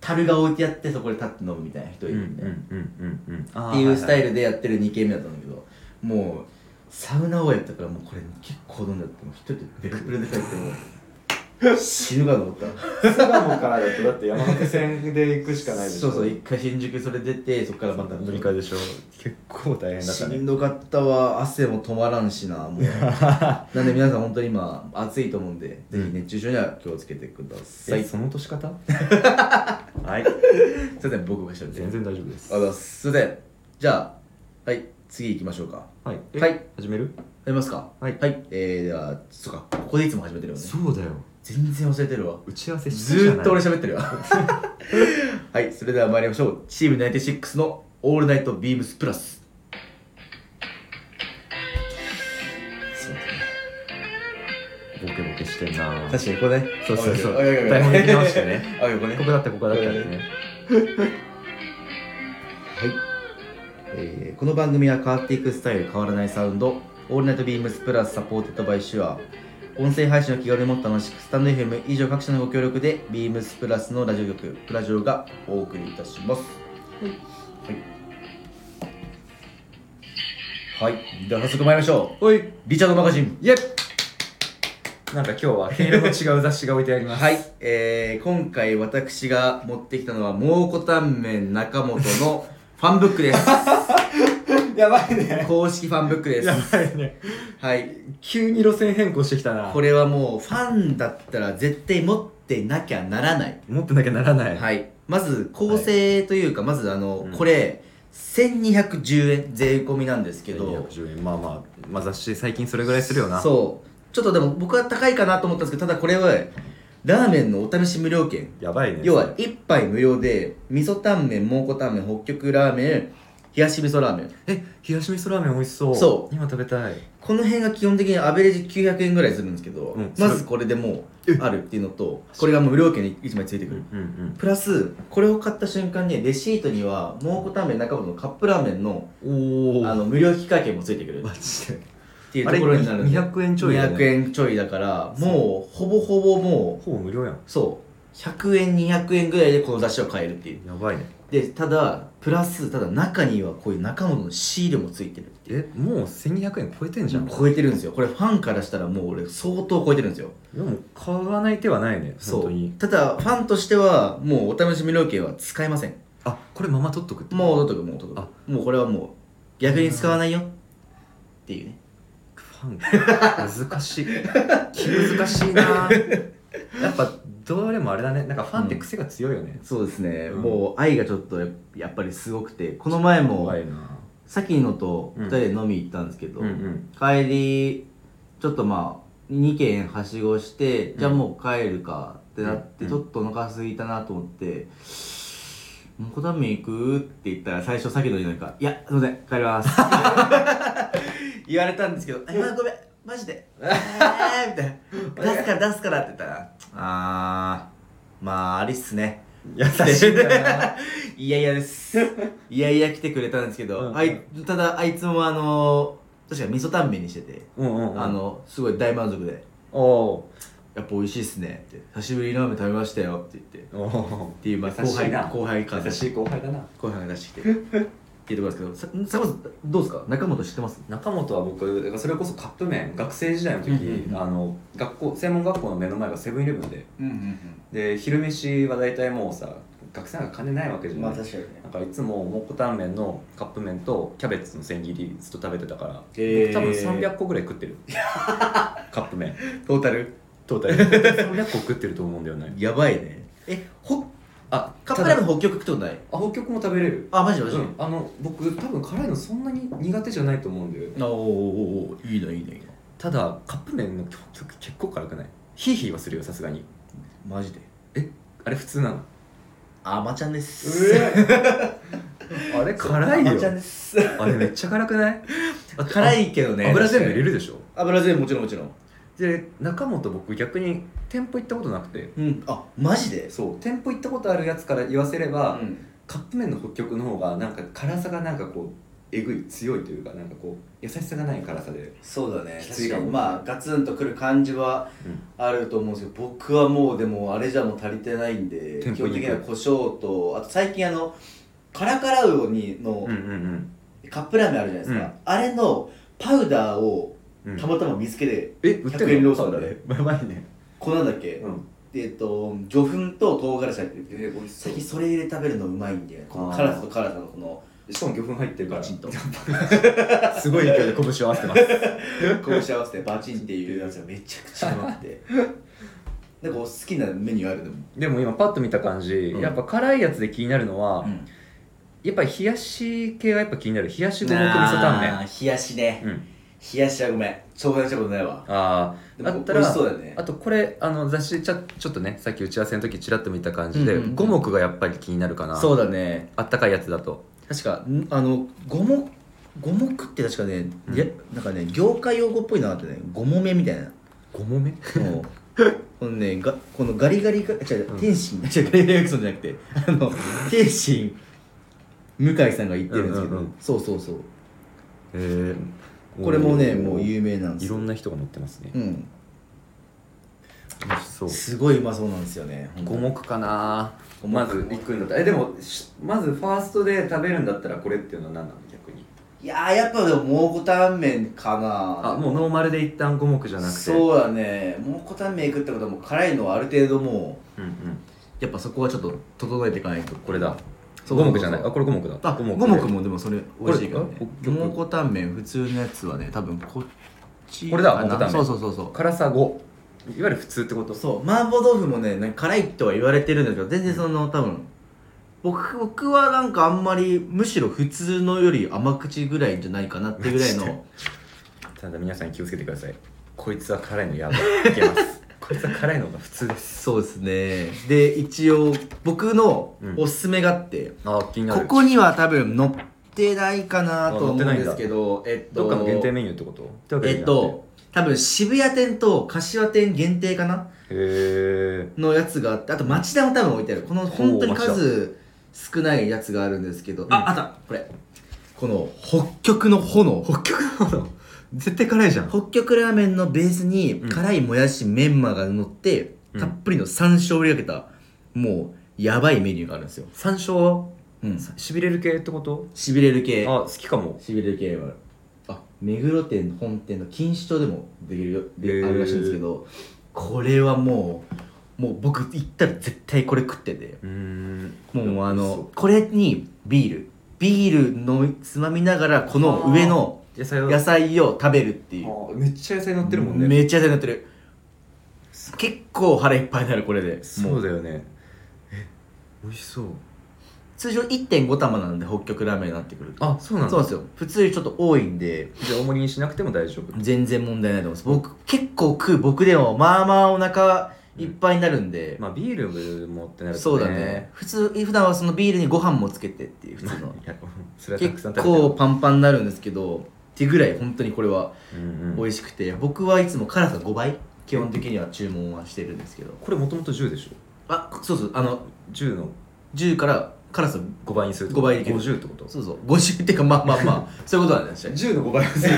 [SPEAKER 1] 樽が置いてあってそこで立って飲むみたいな人
[SPEAKER 2] う
[SPEAKER 1] い
[SPEAKER 2] んう
[SPEAKER 1] る
[SPEAKER 2] ん
[SPEAKER 1] みたいな、
[SPEAKER 2] うんうんうん
[SPEAKER 1] っていうス
[SPEAKER 2] *laughs*
[SPEAKER 1] タイ
[SPEAKER 2] ル
[SPEAKER 1] ルでやってる2軒目だったんだけどもうサウナ王やったからもうこれ結構飲んじゃってもう一人でベロベロで帰ってもう死ぬかと思
[SPEAKER 2] *laughs*
[SPEAKER 1] った
[SPEAKER 2] 巣鴨からだとだって山手線で行く
[SPEAKER 1] そう
[SPEAKER 2] *laughs*
[SPEAKER 1] そう一回新宿それ出てそこからまた
[SPEAKER 2] 乗り換えでしょ結構大変だった
[SPEAKER 1] し
[SPEAKER 2] ね
[SPEAKER 1] んどかったわ汗も止まらんしな *laughs* もうなんで皆さん本当に今暑いと思うんで、
[SPEAKER 2] うん
[SPEAKER 1] ぜひ熱中症には気をつけてくださ
[SPEAKER 2] え
[SPEAKER 1] いすい
[SPEAKER 2] その年方 *laughs* はい
[SPEAKER 1] ません僕がしゃべってあり
[SPEAKER 2] 全
[SPEAKER 1] がとう
[SPEAKER 2] 然大丈夫です
[SPEAKER 1] ございますすいませんじゃあはい次行きましょうか
[SPEAKER 2] はいえ
[SPEAKER 1] はい
[SPEAKER 2] 始める
[SPEAKER 1] やりますか
[SPEAKER 2] はい
[SPEAKER 1] はいえー、ではそうかここでいつも始めてるよね
[SPEAKER 2] そうだよ
[SPEAKER 1] 全然忘れてるわ
[SPEAKER 2] 打ち合わせし
[SPEAKER 1] ず
[SPEAKER 2] たじゃ
[SPEAKER 1] ー
[SPEAKER 2] な
[SPEAKER 1] っ
[SPEAKER 2] い
[SPEAKER 1] と俺喋ってるわ *laughs* はいそれでは参りましょうチーム96の「オールナイトビームスプラス」そうだね
[SPEAKER 2] ボケボケしてんな
[SPEAKER 1] 確かにこれね
[SPEAKER 2] そうそうそう
[SPEAKER 1] おいおいおいおい
[SPEAKER 2] 台本に直してね *laughs*
[SPEAKER 1] あ横ね
[SPEAKER 2] ここだったここだったってね
[SPEAKER 1] はい、えーこの番組は変わっていくスタイル変わらないサウンド「オールナイトビームスプラスサポーテッドバイシュア」音声配信を気軽にもっと楽しくスタンド FM 以上各社のご協力でビームスプラスのラジオ局プラジオがお送りいたしますはい、はい、では早速参りましょ
[SPEAKER 2] おいう
[SPEAKER 1] リチャードマガジン
[SPEAKER 2] イエッなんか今日は毛色の違う雑誌が置いてあります
[SPEAKER 1] はい、えー、今回私が持ってきたのは蒙古タンメン中本のファンブックです
[SPEAKER 2] *laughs* やばいね
[SPEAKER 1] 公式ファンブックです
[SPEAKER 2] やばいね
[SPEAKER 1] はい
[SPEAKER 2] 急に路線変更してきたな
[SPEAKER 1] これはもうファンだったら絶対持ってなきゃならない
[SPEAKER 2] 持ってなきゃならない
[SPEAKER 1] はいまず構成というか、まずあの、
[SPEAKER 2] うん
[SPEAKER 1] これ1210円税込みなんですけど
[SPEAKER 2] 210円まあまあまあ雑誌最近それぐらいするよな
[SPEAKER 1] そうちょっとでも僕は高いかなと思ったんですけどただこれはラーメンのお試し無料券
[SPEAKER 2] やばいね
[SPEAKER 1] 要は1杯無料で味噌タンメン蒙古タンメン北極ラーメン冷やし味噌ラーメン
[SPEAKER 2] え冷やし味噌ラーメン美味しそう
[SPEAKER 1] そう
[SPEAKER 2] 今食べたい
[SPEAKER 1] この辺が基本的にアベレージ900円ぐらいするんですけど、
[SPEAKER 2] うん
[SPEAKER 1] まずこれでもうあるっていうのとこれがもう無料券に1枚ついてくる、
[SPEAKER 2] うんうん
[SPEAKER 1] プラスこれを買った瞬間にレシートには蒙古タンメン中本のカップラーメンの
[SPEAKER 2] お
[SPEAKER 1] あの無料引換券もついてくる
[SPEAKER 2] マジで
[SPEAKER 1] っていうところになるんで
[SPEAKER 2] あれ200円ちょいだね
[SPEAKER 1] 200円ちょいだからもうほぼほぼも
[SPEAKER 2] ほぼ無料やん
[SPEAKER 1] うそう100円200円ぐらいでこの雑誌を買えるっていう
[SPEAKER 2] やばいね
[SPEAKER 1] でただプラスただ中にはこういう中本のシールもついてるっていう
[SPEAKER 2] えもう1200円超えてんじゃん
[SPEAKER 1] 超えてるんですよこれファンからしたらもう俺相当超えてるんですよ
[SPEAKER 2] でも買わない手はないね本
[SPEAKER 1] そ
[SPEAKER 2] 当
[SPEAKER 1] う
[SPEAKER 2] に
[SPEAKER 1] ただファンとしてはもうお試し無料券は使えません
[SPEAKER 2] あこれまま取っとくって
[SPEAKER 1] もう取っとくもう取っ
[SPEAKER 2] あ
[SPEAKER 1] とくもうこれはもう逆に使わないよっていうね
[SPEAKER 2] ファン難しい気難しいな *laughs* やっぱどれもあれだねなんかファンって癖が強いよね、
[SPEAKER 1] そうですね、
[SPEAKER 2] うん
[SPEAKER 1] もう愛がちょっとややっぱりすごくてこの前も
[SPEAKER 2] 怖いな
[SPEAKER 1] さっきのと
[SPEAKER 2] うん
[SPEAKER 1] 2人で飲み行ったんですけど、
[SPEAKER 2] ん
[SPEAKER 1] 帰りちょっとまあ2軒はしごして、
[SPEAKER 2] うん
[SPEAKER 1] じゃあもう帰るかってなって、
[SPEAKER 2] うん
[SPEAKER 1] ちょっとお腹空いたなと思って「もうこため行く?」って言ったら最初さっきのようになんか「いやすいません帰ります」 *laughs* 言われたんですけど「あごめんマジで」えーみたいな「出すから出すから」って言ったら「あーまあありっすね」
[SPEAKER 2] 優しいんだない
[SPEAKER 1] やいや *laughs* です。いやいや来てくれたんですけど、
[SPEAKER 2] うんうん
[SPEAKER 1] あいただあいつもあの確か味噌タンメンにしてて、
[SPEAKER 2] *laughs* うんうん、うん、
[SPEAKER 1] あのすごい大満足で
[SPEAKER 2] おお
[SPEAKER 1] やっぱ美味しいっすねって久しぶりにラーメン食べましたよって言ってっ
[SPEAKER 2] おお
[SPEAKER 1] ていうまあ後
[SPEAKER 2] 優しい
[SPEAKER 1] 輩
[SPEAKER 2] な
[SPEAKER 1] 後輩感
[SPEAKER 2] 優しい後輩だな
[SPEAKER 1] 後輩が出
[SPEAKER 2] *laughs*
[SPEAKER 1] してきてっていうところですけど、さ坂本さんどうですか中本知ってます？
[SPEAKER 2] 中本は僕だからそれこそカップ麺学生時代の時、
[SPEAKER 1] うんうんうん
[SPEAKER 2] あの学校専門学校の目の前がセブンイレブンで
[SPEAKER 1] うんうん
[SPEAKER 2] で昼飯は大体もうさ学生なんか金ないわけじゃ
[SPEAKER 3] ま
[SPEAKER 2] な
[SPEAKER 3] あ
[SPEAKER 2] い、
[SPEAKER 3] 確かにね
[SPEAKER 2] なんかいつも蒙古タンメンのカップ麺とキャベツの千切りずっと食べてたから、
[SPEAKER 1] へー
[SPEAKER 2] 僕多分300個ぐらい食ってるカップ麺
[SPEAKER 1] トータル
[SPEAKER 2] トータル300個食ってると思うんだよね
[SPEAKER 1] やばいねえほあカップ
[SPEAKER 2] た
[SPEAKER 1] ラ
[SPEAKER 2] だ
[SPEAKER 1] ーメン北極食ったことない
[SPEAKER 2] あ北極も食べれる
[SPEAKER 1] あマジで
[SPEAKER 2] う
[SPEAKER 1] マジで、
[SPEAKER 2] んあの僕多分辛いのそんなに苦手じゃないと思うんだよね
[SPEAKER 1] あおーおーおーいいないいないいな
[SPEAKER 2] ただカップ麺の北極結構辛くないヒーヒーはするよさすがに
[SPEAKER 1] マジで
[SPEAKER 2] あれ普通なの
[SPEAKER 1] あまちゃんです
[SPEAKER 2] あれ辛い
[SPEAKER 1] あまちゃん
[SPEAKER 2] よ
[SPEAKER 1] です
[SPEAKER 2] あれめっちゃ辛くない
[SPEAKER 1] 辛
[SPEAKER 2] い
[SPEAKER 1] いけどね
[SPEAKER 2] 油全部入れ
[SPEAKER 1] る
[SPEAKER 2] るでしょ
[SPEAKER 1] 油全部もちろんもちろん
[SPEAKER 2] で中本僕逆に店舗行ったことなくて
[SPEAKER 1] うんあマジで
[SPEAKER 2] そう店舗行ったことあるやつから言わせれば、
[SPEAKER 1] うん
[SPEAKER 2] カップ麺の北極の方がなんか辛さがなんかこうえぐい強いというかなんかこう優しさがない辛さで
[SPEAKER 1] そうだね
[SPEAKER 2] きつ
[SPEAKER 1] 確
[SPEAKER 2] い
[SPEAKER 1] か
[SPEAKER 2] かも
[SPEAKER 1] にまあガツンとくる感じは
[SPEAKER 2] うん
[SPEAKER 1] あると思うんですけど僕はもうでもあれじゃもう足りてないんで
[SPEAKER 2] テン
[SPEAKER 1] 基
[SPEAKER 2] ポい
[SPEAKER 1] 本
[SPEAKER 2] い
[SPEAKER 1] 的には胡椒とあと最近あのカラカラウオにの
[SPEAKER 2] うんうん
[SPEAKER 1] カップラーメンあるじゃないですか、
[SPEAKER 2] うん
[SPEAKER 1] あれのパウダーを
[SPEAKER 2] うんうん
[SPEAKER 1] たまたま見つけて、
[SPEAKER 2] え売ってる
[SPEAKER 1] 100円ローソンだね
[SPEAKER 2] やばいね
[SPEAKER 1] こんなんだっけ、
[SPEAKER 2] うん
[SPEAKER 1] でえっと魚粉と唐辛子入ってる
[SPEAKER 2] 美味し
[SPEAKER 1] 最近それ入れ食べるのうまいんでこの
[SPEAKER 2] あー
[SPEAKER 1] 辛さと辛さのこの
[SPEAKER 2] しかも魚粉入ってるか
[SPEAKER 1] バチン
[SPEAKER 2] *laughs*
[SPEAKER 1] と
[SPEAKER 2] らすごい勢いで拳を合わせてます *laughs*
[SPEAKER 1] こうし合わせてバチンっていうやつがめちゃくちゃうまくてなんかお好きなメニューあるでも、
[SPEAKER 2] でも今パッと見た感じ、
[SPEAKER 1] うん
[SPEAKER 2] やっぱ辛いやつで気になるのは、
[SPEAKER 1] ん、
[SPEAKER 2] やっぱり冷やし系がやっぱ気になる冷やし五目味噌タンメン
[SPEAKER 1] 冷やしね
[SPEAKER 2] うん、
[SPEAKER 1] 冷やしはごめん挑戦したことないわ
[SPEAKER 2] あ
[SPEAKER 1] で
[SPEAKER 2] あ
[SPEAKER 1] も
[SPEAKER 2] った
[SPEAKER 1] 美味し
[SPEAKER 2] ら
[SPEAKER 1] そうだよね
[SPEAKER 2] あとこれあの雑誌ちゃちょっとねさっき打ち合わせの時ちらっと見た感じで、
[SPEAKER 1] うんうんうん
[SPEAKER 2] 五目がやっぱり気になるかな
[SPEAKER 1] そうだね
[SPEAKER 2] あったかいやつだと
[SPEAKER 1] 確かんあの五目五目って確かね、
[SPEAKER 2] うん
[SPEAKER 1] いやなんかね業界用語っぽいなってね五目目みたい
[SPEAKER 2] *laughs*
[SPEAKER 1] な
[SPEAKER 2] 五目目
[SPEAKER 1] もうこのねがこのガリガリが違う違う
[SPEAKER 2] うん
[SPEAKER 1] 天心、 *laughs* 違うガリガリクソンじゃなくてあの天心向井さんが言ってるんですけど、
[SPEAKER 2] うんうんうん
[SPEAKER 1] そうそうそう
[SPEAKER 2] えー
[SPEAKER 1] *laughs* これもね
[SPEAKER 2] おー
[SPEAKER 1] もう有名なんで
[SPEAKER 2] い
[SPEAKER 1] す
[SPEAKER 2] ろ
[SPEAKER 1] よ
[SPEAKER 2] んな人が持ってますね
[SPEAKER 1] うん
[SPEAKER 2] 美味しそう
[SPEAKER 1] すごいうまそうなんですよねほんと
[SPEAKER 2] 五目かな
[SPEAKER 1] 五目
[SPEAKER 2] まず行くんだったらえでもしまずファーストで食べるんだったらこれっていうのは何なの逆に
[SPEAKER 1] いやーやっぱでも蒙古タンメンかな
[SPEAKER 2] あもうノーマルで一旦五目じゃなくて
[SPEAKER 1] そうだね蒙古タンメン行くってことはもう辛いのはある程度もう
[SPEAKER 2] うんうん
[SPEAKER 1] やっぱそこはちょっと整えていかないと
[SPEAKER 2] これだ
[SPEAKER 1] そう
[SPEAKER 2] 五目じゃない
[SPEAKER 1] そうそう
[SPEAKER 2] あこれ五目だ
[SPEAKER 1] あ、五
[SPEAKER 2] 五
[SPEAKER 1] 目
[SPEAKER 2] 目
[SPEAKER 1] もでもそれ美味しいからね
[SPEAKER 2] これあ
[SPEAKER 1] 蒙古タンメン普通のやつはね多分こっち
[SPEAKER 2] これだ
[SPEAKER 1] か
[SPEAKER 2] 蒙
[SPEAKER 1] な
[SPEAKER 2] 古タンメン
[SPEAKER 1] そうそうそうそう
[SPEAKER 2] 辛さ5いわゆる普通ってこと
[SPEAKER 1] そう麻婆豆腐もねなんか辛いとは言われてるんだけど全然その多分僕僕はなんかあんまりむしろ普通のより甘口ぐらいじゃないかなってぐらいの
[SPEAKER 2] ただ皆さん気をつけてくださいこいつは辛いのやばいいけます
[SPEAKER 1] *laughs*
[SPEAKER 2] こいつは辛いのが普通で
[SPEAKER 1] *laughs*
[SPEAKER 2] す
[SPEAKER 1] そうですねで一応僕の
[SPEAKER 2] うん
[SPEAKER 1] おすすめがあって、
[SPEAKER 2] あー気にな
[SPEAKER 1] こ
[SPEAKER 2] る
[SPEAKER 1] こには多分載ってないかなと思うんですけどえっと
[SPEAKER 2] どっかの限定メニューってことてわけじ
[SPEAKER 1] え
[SPEAKER 2] ゃ
[SPEAKER 1] っ
[SPEAKER 2] なくて
[SPEAKER 1] と多分渋谷店と柏店限定かな
[SPEAKER 2] へ
[SPEAKER 1] のやつがあってあと町田も多分置いてあるこの本当に数少ないやつがあるんですけど、
[SPEAKER 2] うん
[SPEAKER 1] ああったこれこの北極の炎北極の炎
[SPEAKER 2] 絶対辛いじゃん
[SPEAKER 1] 北極ラーメンのベースに
[SPEAKER 2] うん
[SPEAKER 1] 辛いもやしメンマが乗って、
[SPEAKER 2] うん
[SPEAKER 1] たっぷりの山椒を入れかけたもうやばいメニューがあるんですよ、
[SPEAKER 2] 山椒は
[SPEAKER 1] うん、
[SPEAKER 2] しびれる系ってこと
[SPEAKER 1] しびれる系
[SPEAKER 2] あ好きかも
[SPEAKER 1] しびれる系はあるあ目黒店本店の錦糸町でもできるよ
[SPEAKER 2] へ
[SPEAKER 1] で
[SPEAKER 2] ー
[SPEAKER 1] あるらしいんですけどこれはもうもう僕行ったら絶対これ食ってて
[SPEAKER 2] うーん
[SPEAKER 1] もうあ
[SPEAKER 2] 美味しそ
[SPEAKER 1] のこれにビールビールのつまみながらこの上の
[SPEAKER 2] う野菜は
[SPEAKER 1] 野菜を食べるっていう
[SPEAKER 2] あめっちゃ野菜乗ってるもんね
[SPEAKER 1] めっちゃ野菜になってる結構腹いっぱいになるこれで
[SPEAKER 2] そう
[SPEAKER 1] もう
[SPEAKER 2] だよねえ美味しそう
[SPEAKER 1] 通常1.5玉なんで北極ラーメンになってくると
[SPEAKER 2] あそうなん
[SPEAKER 1] そう
[SPEAKER 2] だ
[SPEAKER 1] なんですよ普通よりちょっと多いんで
[SPEAKER 2] じゃあ大盛りにしなくても大丈夫
[SPEAKER 1] 全然問題ないと思います僕結構食う僕でもまあまあお腹いっぱいになるんで、
[SPEAKER 2] まあビールもってなると
[SPEAKER 1] そうだね普通普段はそのビールにご飯もつけてっていう普通の
[SPEAKER 2] *laughs* いやそれはたくさ
[SPEAKER 1] 結
[SPEAKER 2] ん食べて
[SPEAKER 1] 構パンパンになるんですけどっていうぐらい本当にこれは
[SPEAKER 2] うんうん
[SPEAKER 1] 美味しくて、僕はいつも辛さ5倍基本的には注文はしてるんですけど
[SPEAKER 2] これもともと10でしょ
[SPEAKER 1] あそうそうあの
[SPEAKER 2] 10の
[SPEAKER 1] 10から辛さ
[SPEAKER 2] 5倍にする
[SPEAKER 1] 5倍いける
[SPEAKER 2] 50ってこと
[SPEAKER 1] そうそう50っていうかまあまあま
[SPEAKER 2] *laughs*
[SPEAKER 1] あそういうことなんですね
[SPEAKER 2] 10の5倍にする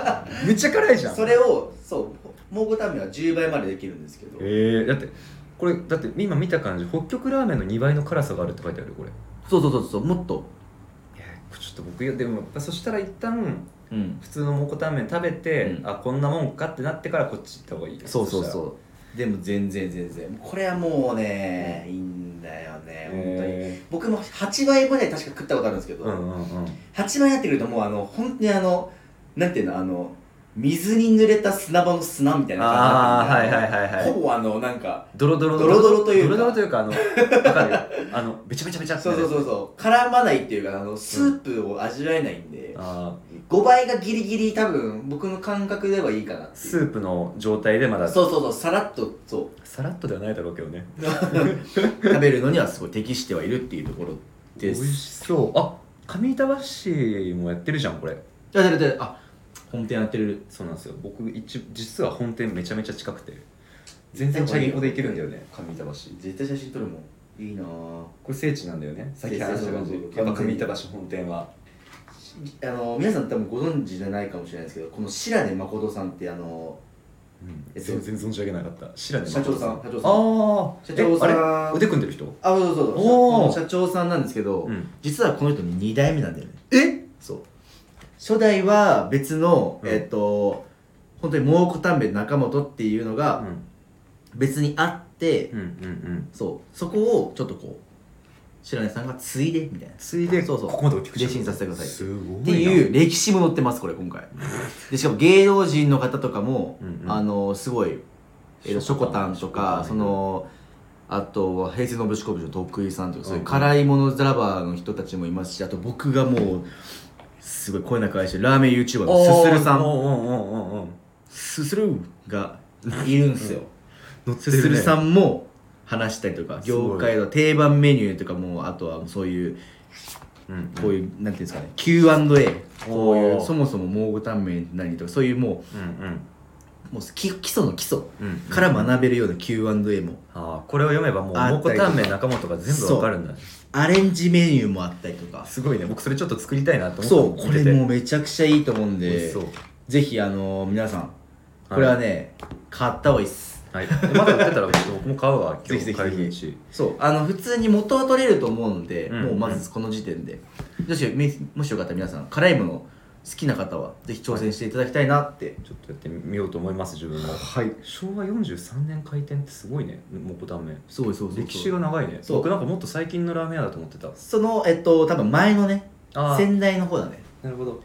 [SPEAKER 2] *laughs* めっちゃ辛いじゃん
[SPEAKER 1] それをそう蒙古タンメンは10倍までできるんですけど
[SPEAKER 2] えー、だってこれだって今見た感じ北極ラーメンの2倍の辛さがあるって書いてあるよこれ
[SPEAKER 1] そうそうそうそうもっと
[SPEAKER 2] ちょっと僕いやでもやっぱそしたら一旦
[SPEAKER 1] うん
[SPEAKER 2] 普通の蒙古タンメン食べて、
[SPEAKER 1] うん
[SPEAKER 2] あこんなもんかってなってからこっち行った方がいい
[SPEAKER 1] そうそうそうう
[SPEAKER 3] でも全然全然これはもうねいいんだよね本当に
[SPEAKER 2] え
[SPEAKER 3] 僕も8倍まで確か食ったことあるんですけ
[SPEAKER 2] ー
[SPEAKER 3] ど、
[SPEAKER 2] うんうんうん
[SPEAKER 3] 8倍になってくるともうあの本当にあのなんていうのあの水に濡れた砂場の砂みたいな
[SPEAKER 2] ああ
[SPEAKER 3] 感
[SPEAKER 2] は
[SPEAKER 3] じ
[SPEAKER 2] い
[SPEAKER 3] にな
[SPEAKER 2] は
[SPEAKER 3] って
[SPEAKER 2] いはいはい
[SPEAKER 3] ほぼあのなんか
[SPEAKER 2] ドロドロの
[SPEAKER 3] ドロドロというか
[SPEAKER 2] ドロドロというかあ *laughs* の分かるよあのべちゃべちゃべちゃって
[SPEAKER 3] そう
[SPEAKER 2] なる
[SPEAKER 3] そうそうそう絡まないっていうかあのスープを味わえないんで、
[SPEAKER 2] あ
[SPEAKER 3] 5倍がギリギリ多分僕の感覚ではいいかなっ
[SPEAKER 2] ー
[SPEAKER 3] ていう
[SPEAKER 2] スープの状態でまだ
[SPEAKER 3] そうそうそうさらっとそ
[SPEAKER 2] さらっとではないだろうけどね
[SPEAKER 3] う
[SPEAKER 1] *laughs* 食べるのにはすごい適してはいるっていうところ
[SPEAKER 2] 美
[SPEAKER 1] で
[SPEAKER 2] 味
[SPEAKER 1] す
[SPEAKER 2] しそうあ上板橋もやってるじゃんこれ
[SPEAKER 1] あだれだあ本店やってる
[SPEAKER 2] そうなんですよ僕一実は本店めちゃめちゃ近くて全然チャリンコで行けるんだよね上板橋
[SPEAKER 3] 絶対写真撮るもんいいなぁ
[SPEAKER 2] これ聖地なんだよねさっき話した感じ
[SPEAKER 3] そうそうそ
[SPEAKER 2] や
[SPEAKER 3] う
[SPEAKER 2] っぱ上板橋本店は
[SPEAKER 3] あの皆さん多分ご存知じゃないかもしれないですけどこの白根誠さんってあの
[SPEAKER 2] うん
[SPEAKER 3] えそう
[SPEAKER 2] 全然存じ上げなかった白根
[SPEAKER 3] 社長さん社長さん
[SPEAKER 2] ああ
[SPEAKER 3] 社長さん
[SPEAKER 2] えあれ腕組んでる人
[SPEAKER 3] あそうそうそう
[SPEAKER 2] おー
[SPEAKER 1] 社長さんなんですけど、
[SPEAKER 2] ん
[SPEAKER 1] 実はこの人2代目なんだよね
[SPEAKER 2] え
[SPEAKER 1] そう初代は別の、
[SPEAKER 2] うん
[SPEAKER 1] えっ、と本当に蒙古タンメン中本っていうの
[SPEAKER 2] うん
[SPEAKER 1] が別にあって、
[SPEAKER 2] うんうんうん
[SPEAKER 1] そうそこをちょっとこう白根さんが継いでみたいな
[SPEAKER 2] ついで
[SPEAKER 1] そうそう
[SPEAKER 2] ここまで大きく
[SPEAKER 1] で進させてください
[SPEAKER 2] すごいな
[SPEAKER 1] っていう歴史も載ってますこれ今回でしかも芸能人の方とかも、
[SPEAKER 2] うんうん
[SPEAKER 1] あのすごい、えーと
[SPEAKER 2] シ
[SPEAKER 1] シ
[SPEAKER 2] ョ
[SPEAKER 1] ョ
[SPEAKER 2] コ
[SPEAKER 1] コ
[SPEAKER 2] タ
[SPEAKER 1] タ
[SPEAKER 2] ン
[SPEAKER 1] ンとか
[SPEAKER 2] ショコタン
[SPEAKER 1] そのあと平成のぶしこぶしの徳井さんとかそう
[SPEAKER 2] う
[SPEAKER 1] い
[SPEAKER 2] ん
[SPEAKER 1] う
[SPEAKER 2] うん
[SPEAKER 1] 辛いものラバーの人たちもいますしあと僕がもうすごいこよなく愛してるラーメン YouTuber のすするさん
[SPEAKER 2] おーおーおーおーおー
[SPEAKER 1] すするがいるんですよ
[SPEAKER 2] 乗って
[SPEAKER 1] す
[SPEAKER 2] るね
[SPEAKER 1] するさんも話したりとか
[SPEAKER 2] すごい
[SPEAKER 1] 業界の定番メニューとかもあとはそういう
[SPEAKER 2] うん
[SPEAKER 1] こういう、なんていうんですかね Q&A こうい
[SPEAKER 2] おー
[SPEAKER 1] うそもそも蒙古タンメンって何とかそういうも
[SPEAKER 2] うんうん
[SPEAKER 1] うもう基基礎の基礎
[SPEAKER 2] うんうん
[SPEAKER 1] から学べるような Q&A も
[SPEAKER 2] ああこれを読めばもう
[SPEAKER 1] あ
[SPEAKER 2] 蒙古タンメン中本が全部わかるんだね
[SPEAKER 1] アレンジメニューもあったりとか
[SPEAKER 2] すごいね僕それちょっと作りたいなと思
[SPEAKER 1] そう
[SPEAKER 2] って
[SPEAKER 1] これもうめちゃくちゃいいと思うん
[SPEAKER 2] 美味し
[SPEAKER 1] で
[SPEAKER 2] そう
[SPEAKER 1] ぜひあのー皆さんこれはね、買った方がいいっす
[SPEAKER 2] はいまだ売ってたら僕も買うわ *laughs* 今日
[SPEAKER 1] ぜひぜひぜひ
[SPEAKER 2] 帰り道
[SPEAKER 1] そうあの普通に元は取れると思うので、
[SPEAKER 2] うん
[SPEAKER 1] もうまずこの時点でもしみもしよかったら皆さん辛いもの好きな方はぜひ挑戦していただきたいなって
[SPEAKER 2] ちょっとやってみようと思います自分も
[SPEAKER 1] はい
[SPEAKER 2] 昭和43年開店ってすごいね蒙古タンメン
[SPEAKER 1] すごいそうそうそう
[SPEAKER 2] 歴史が長いね
[SPEAKER 1] そう
[SPEAKER 2] 僕なんかもっと最近のラーメン屋だと思ってた
[SPEAKER 1] そのえっと多分前のね
[SPEAKER 2] ああ
[SPEAKER 1] 先代の方だね
[SPEAKER 2] なるほど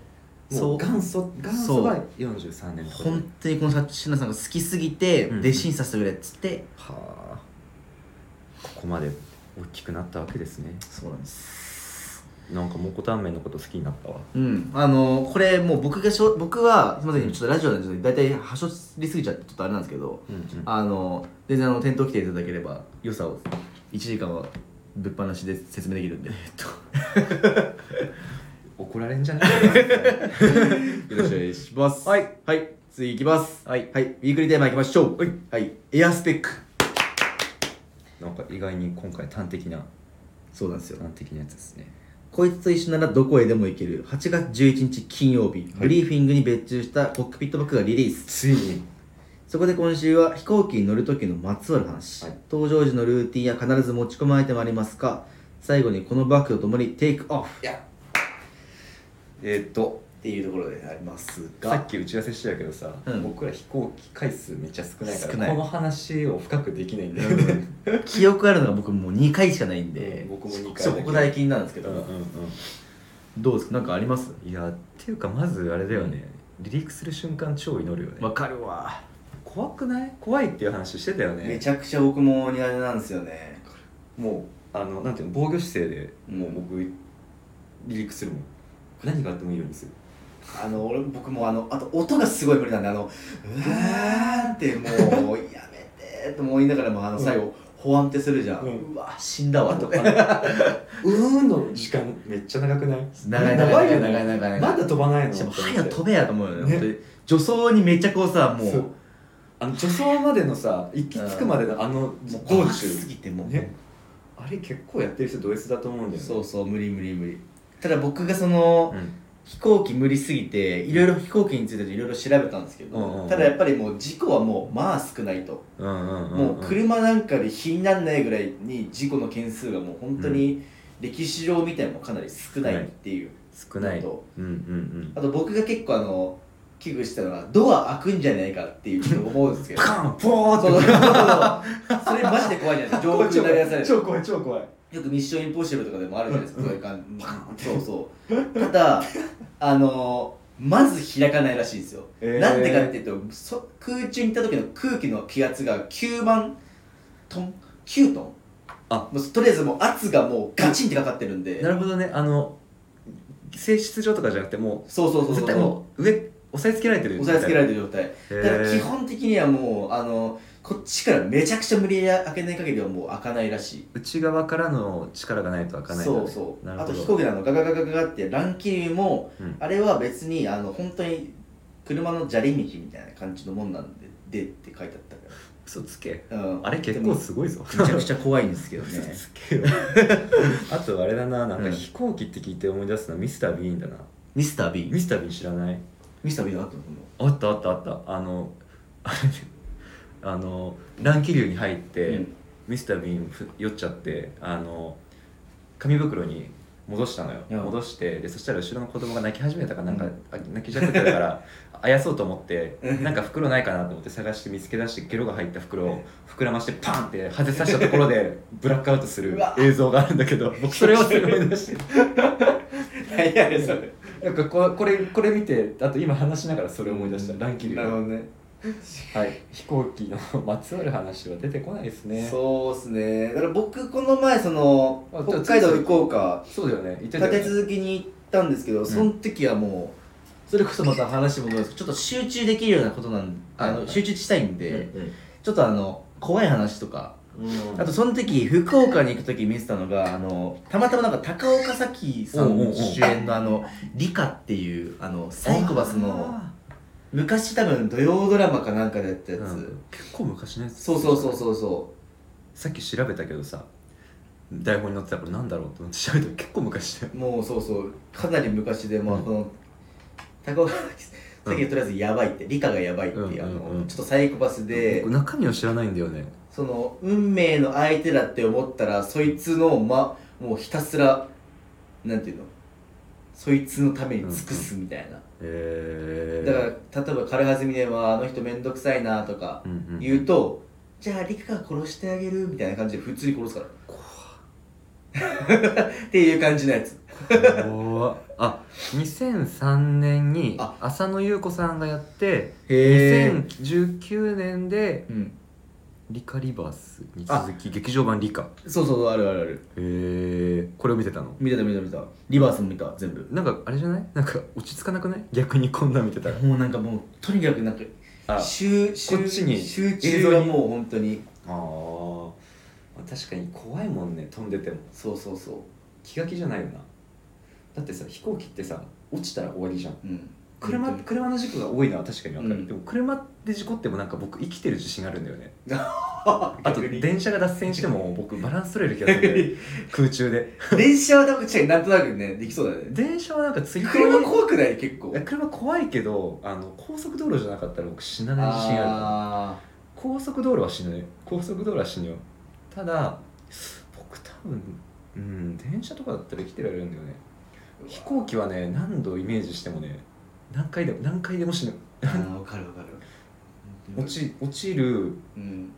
[SPEAKER 1] そ
[SPEAKER 2] もう
[SPEAKER 1] う
[SPEAKER 2] 元祖元祖は43年ってことね
[SPEAKER 1] 本当にこの社長さんが好きすぎて
[SPEAKER 2] うん
[SPEAKER 1] 弟子にさせてくれっつって、
[SPEAKER 2] はあここまで大きくなったわけですね
[SPEAKER 1] そうなんです
[SPEAKER 2] なんか蒙古タンメンのこと好きになったわ
[SPEAKER 1] うんあのこれもう僕がしょ僕はすみませんちょっとラジオなんでちょっと大体はしょりすぎちゃってちょっとあれなんですけど
[SPEAKER 2] うんうん
[SPEAKER 1] あの全然あの店頭来ていただければ良さを1時間はぶっ放しで説明できるんでえっと
[SPEAKER 2] 怒られんじゃないかな
[SPEAKER 1] よろしくお願いします
[SPEAKER 2] はい
[SPEAKER 1] はい次いきます
[SPEAKER 2] はい
[SPEAKER 1] はいウィークリーテーマいきましょう
[SPEAKER 2] はい、
[SPEAKER 1] エアスペック
[SPEAKER 2] なんか意外に今回端的な
[SPEAKER 1] そうなんですよ
[SPEAKER 2] 端的なやつですね
[SPEAKER 1] こいつと一緒ならどこへでも行ける8月11日金曜日、ブリーフィングに別注したコックピットバッグがリリース
[SPEAKER 2] ついに
[SPEAKER 1] そこで今週は飛行機に乗る時のまつわる話、
[SPEAKER 2] はい
[SPEAKER 1] 搭乗時のルーティンや必ず持ち込むアイテムありますか最後にこのバッグとともにテイクオフ
[SPEAKER 3] いや
[SPEAKER 2] えーっと
[SPEAKER 3] っていうところであります
[SPEAKER 2] さっ
[SPEAKER 3] が
[SPEAKER 2] き打ち合わせしてたけどさ、
[SPEAKER 1] うん
[SPEAKER 2] 僕ら飛行機回数めっちゃ少ないから
[SPEAKER 1] 少ない
[SPEAKER 2] この話を深くできないんだよ
[SPEAKER 1] う
[SPEAKER 2] ね、
[SPEAKER 1] 記憶あるのが僕もう2回しかないん
[SPEAKER 2] う
[SPEAKER 1] で
[SPEAKER 2] ん僕も二回だけど
[SPEAKER 1] そうここ最近なんですけど、どうですかなんかあります
[SPEAKER 2] いやっていうかまずあれだよね離陸する瞬間超祈るよね、
[SPEAKER 1] わかるわ
[SPEAKER 2] 怖くない怖いっていう話してたよね
[SPEAKER 3] めちゃくちゃ僕も苦手なんですよね
[SPEAKER 2] もうあのなんていうの防御姿勢でもう僕離陸するもん何があってもいいようにする
[SPEAKER 3] あの俺僕もあのあと音がすごい無理なんであのうわーってもうやめてーと思いながらもあの最後、保安ってするじゃん、
[SPEAKER 2] う
[SPEAKER 3] うんわ死んだわとか
[SPEAKER 2] うーんの時間めっちゃ長くない
[SPEAKER 1] 長い長い長い
[SPEAKER 2] よね
[SPEAKER 1] 長い長い長い
[SPEAKER 2] まだ飛ばないの
[SPEAKER 1] しかも
[SPEAKER 2] と思って
[SPEAKER 1] 早く飛べやと思うよね
[SPEAKER 2] ね
[SPEAKER 1] 本当に助走にめっちゃこうさも
[SPEAKER 2] そううあの助走までのさ行き着くまでのあの
[SPEAKER 3] もう
[SPEAKER 2] 道
[SPEAKER 3] 怖
[SPEAKER 2] 中
[SPEAKER 3] すぎてもう、
[SPEAKER 2] ねあれ結構やってる人ド S だと思うんだよね
[SPEAKER 1] そうそう無理無理無理ただ僕がその
[SPEAKER 2] うん
[SPEAKER 1] 飛行機無理すぎていろいろ飛行機についていろいろ調べたんですけど、
[SPEAKER 2] うんうんうん
[SPEAKER 3] ただやっぱりもう事故はもうまあ少ないと、
[SPEAKER 2] うんうんうん
[SPEAKER 3] もう車なんかで避難ないぐらいに事故の件数がもう本当に歴史上見てもかなり少ないっていう
[SPEAKER 2] 少ない
[SPEAKER 3] あと
[SPEAKER 2] うんうん
[SPEAKER 3] あと僕が結構あの
[SPEAKER 1] 危惧したのはドア開くんじゃないかっていうちょっと思うんですけど
[SPEAKER 2] パカンポー
[SPEAKER 1] そうそう
[SPEAKER 2] って
[SPEAKER 1] そうそれマジで怖いじゃないですか上空に投げ出される
[SPEAKER 2] 超怖い超怖い
[SPEAKER 1] よく「ミッションインポッシブル」とかでもあるじゃないですかそういう感じそうそうただあのーまず開かないらしいんですよ、
[SPEAKER 2] えー
[SPEAKER 1] なんでかっていうとそ空中にいた時の空気の気圧が9万トン9トン
[SPEAKER 2] あ
[SPEAKER 1] もうとりあえずもう圧がもうガチンってかかってるんで
[SPEAKER 2] なるほどねあの性質上とかじゃなくても
[SPEAKER 1] そうそうそう
[SPEAKER 2] う
[SPEAKER 1] そ
[SPEAKER 2] 絶
[SPEAKER 1] う
[SPEAKER 2] 対もう上押さえつけられてる
[SPEAKER 1] 押さえつけられてる状態
[SPEAKER 2] へー
[SPEAKER 1] だから基本的にはもうあのこっちからめちゃくちゃ無理やり開けない限りはもう開かないらしい
[SPEAKER 2] 内側からの力がないと開かないんだね
[SPEAKER 1] そうそう
[SPEAKER 2] なる
[SPEAKER 1] あ
[SPEAKER 2] ほ
[SPEAKER 1] と
[SPEAKER 2] ど
[SPEAKER 1] 飛行機なのガガガガガガって乱気流も、
[SPEAKER 2] うん
[SPEAKER 1] あれは別にあの本当に車の砂利道みたいな感じのもんなんで「で」って書いてあったか
[SPEAKER 2] 嘘つけ
[SPEAKER 1] ら、うん、
[SPEAKER 2] あれ結構すごいぞ
[SPEAKER 1] でもめちゃくちゃ怖いんですけどね *laughs*
[SPEAKER 2] つけよ *laughs* あとあれだななん
[SPEAKER 1] う
[SPEAKER 2] か
[SPEAKER 1] ん
[SPEAKER 2] 飛行機って聞いて思い出すのはミスター・ビーンだな
[SPEAKER 4] ミスター B
[SPEAKER 2] ミスター・ビーン知らない
[SPEAKER 1] ミスタービーのあったの
[SPEAKER 2] あったあったあったあのあれあの乱気流に入って、
[SPEAKER 1] うん
[SPEAKER 2] ミスター・ビーンふ酔っちゃってあの紙袋に戻したのよ、
[SPEAKER 1] うん
[SPEAKER 2] 戻してでそしたら後ろの子供が泣き始めたかなんか、
[SPEAKER 1] うん
[SPEAKER 2] あ泣きじゃくってたから
[SPEAKER 1] *laughs*
[SPEAKER 2] あやそうと思って
[SPEAKER 1] うん
[SPEAKER 2] なんか袋ないかなと思って探して見つけ出してゲロが入った袋を膨らましてパンって外させたとこ
[SPEAKER 1] *laughs*
[SPEAKER 2] ろでブラックアウトする
[SPEAKER 1] うわ
[SPEAKER 2] 映像があるんだけど僕それをすごい思い出して
[SPEAKER 1] *laughs* 何やねんそれ
[SPEAKER 2] なんかここれこれ見てあと今話しながらそれを思い出した、乱気流
[SPEAKER 1] なるほどね
[SPEAKER 2] はい、飛行機の *laughs* まつわる話は出てこないですね。う
[SPEAKER 1] そうっすねだから僕この前その
[SPEAKER 2] あ
[SPEAKER 1] 北海道行こうか
[SPEAKER 2] そうだよね。言ってた
[SPEAKER 1] 立
[SPEAKER 2] よ
[SPEAKER 1] て
[SPEAKER 2] ね。
[SPEAKER 1] 続きに行ったんですけど、その時はもうそれこそまた話戻るんですけどちょっと集中できるようなことなんあ
[SPEAKER 2] はいは
[SPEAKER 1] の
[SPEAKER 2] い
[SPEAKER 1] 集中したいんで、
[SPEAKER 4] う
[SPEAKER 1] ちょっとあの怖い話とか
[SPEAKER 4] ん
[SPEAKER 1] あとその時福岡に行く時見せたのがあのたまたまなんか高岡早紀さん
[SPEAKER 2] おうおうおう
[SPEAKER 1] 主演のあの「リカ」っていうあのサイコパスの
[SPEAKER 2] あ
[SPEAKER 1] 昔多分土曜ドラマかなんかでやった
[SPEAKER 2] ー
[SPEAKER 1] やつ、
[SPEAKER 2] うん結構昔ね。
[SPEAKER 1] そうそうそうそうそ
[SPEAKER 2] さっき調べたけどさ、台本に載ってたこれなんだろうと思って調べたら結構昔だよ。
[SPEAKER 1] うもうそうそうかなり昔でまあ
[SPEAKER 2] うん
[SPEAKER 1] この高岡早紀さんがとりあえずやばいって、理科がやばいっていう、
[SPEAKER 2] うんうん
[SPEAKER 1] あ
[SPEAKER 2] う
[SPEAKER 1] の
[SPEAKER 2] ん
[SPEAKER 1] ちょっとサイコパスで、
[SPEAKER 2] 僕中身を知らないんだよね。
[SPEAKER 1] その運命の相手だって思ったらそいつのまもうひたすらなんていうのそいつのために尽くすみたいな、
[SPEAKER 2] えー。
[SPEAKER 1] だから例えば軽はずみではあの人めんどくさいなとか
[SPEAKER 2] うんうん、
[SPEAKER 1] 言うと、じゃあリカが殺してあげるみたいな感じで普通に殺
[SPEAKER 2] *laughs*
[SPEAKER 1] すからっていう感じのやつ
[SPEAKER 2] 怖っあ2003年に
[SPEAKER 1] あ
[SPEAKER 2] 浅野ゆう子さんがやって
[SPEAKER 1] へー
[SPEAKER 2] 2019年で
[SPEAKER 1] うん
[SPEAKER 2] リカリバースに続き劇場版リカ
[SPEAKER 1] そうそうあるあるある
[SPEAKER 2] へえこれを見てたの
[SPEAKER 1] 見た見た見たリバースも見た全部
[SPEAKER 2] なんかあれじゃないなんか落ち着かなくない逆にこんなん見てたら
[SPEAKER 1] もうなんかもうとにかくなんか
[SPEAKER 2] あ
[SPEAKER 1] 集集
[SPEAKER 2] こっちに
[SPEAKER 1] 集
[SPEAKER 2] 映
[SPEAKER 1] 中
[SPEAKER 2] 像
[SPEAKER 1] が
[SPEAKER 2] に
[SPEAKER 1] もう本当に
[SPEAKER 2] あ確かに怖いもんね飛んでても
[SPEAKER 1] そうそうそう
[SPEAKER 2] 気が気じゃないよなだってさ飛行機ってさ落ちたら終わりじゃん
[SPEAKER 1] うん
[SPEAKER 2] 車
[SPEAKER 1] 本当に
[SPEAKER 2] 車の事故が多いのは確かにわかる、
[SPEAKER 1] うん
[SPEAKER 2] でも車で事故ってもなんか僕生きてる自信があるんだ
[SPEAKER 1] *laughs*
[SPEAKER 2] よね
[SPEAKER 1] あ
[SPEAKER 2] あと電車が脱線しても僕バランス取れる気がするんだよ空中で
[SPEAKER 1] 電車は多分違うなんとなくねできそうだね
[SPEAKER 2] 電車はなんかつり
[SPEAKER 1] 車怖くない結構
[SPEAKER 2] いや車怖いけどあの高速道路じゃなかったら僕死なない自信あるから
[SPEAKER 1] あ
[SPEAKER 2] 高速道路は死ぬね高速道路は死ぬよただ僕多分うん電車とかだったら生きてられるんだよね
[SPEAKER 1] ー
[SPEAKER 2] 飛行機はね何度イメージしてもね何回でも何回でも死ぬ
[SPEAKER 1] あーわかるわかる
[SPEAKER 2] 落ち落ちる
[SPEAKER 1] うん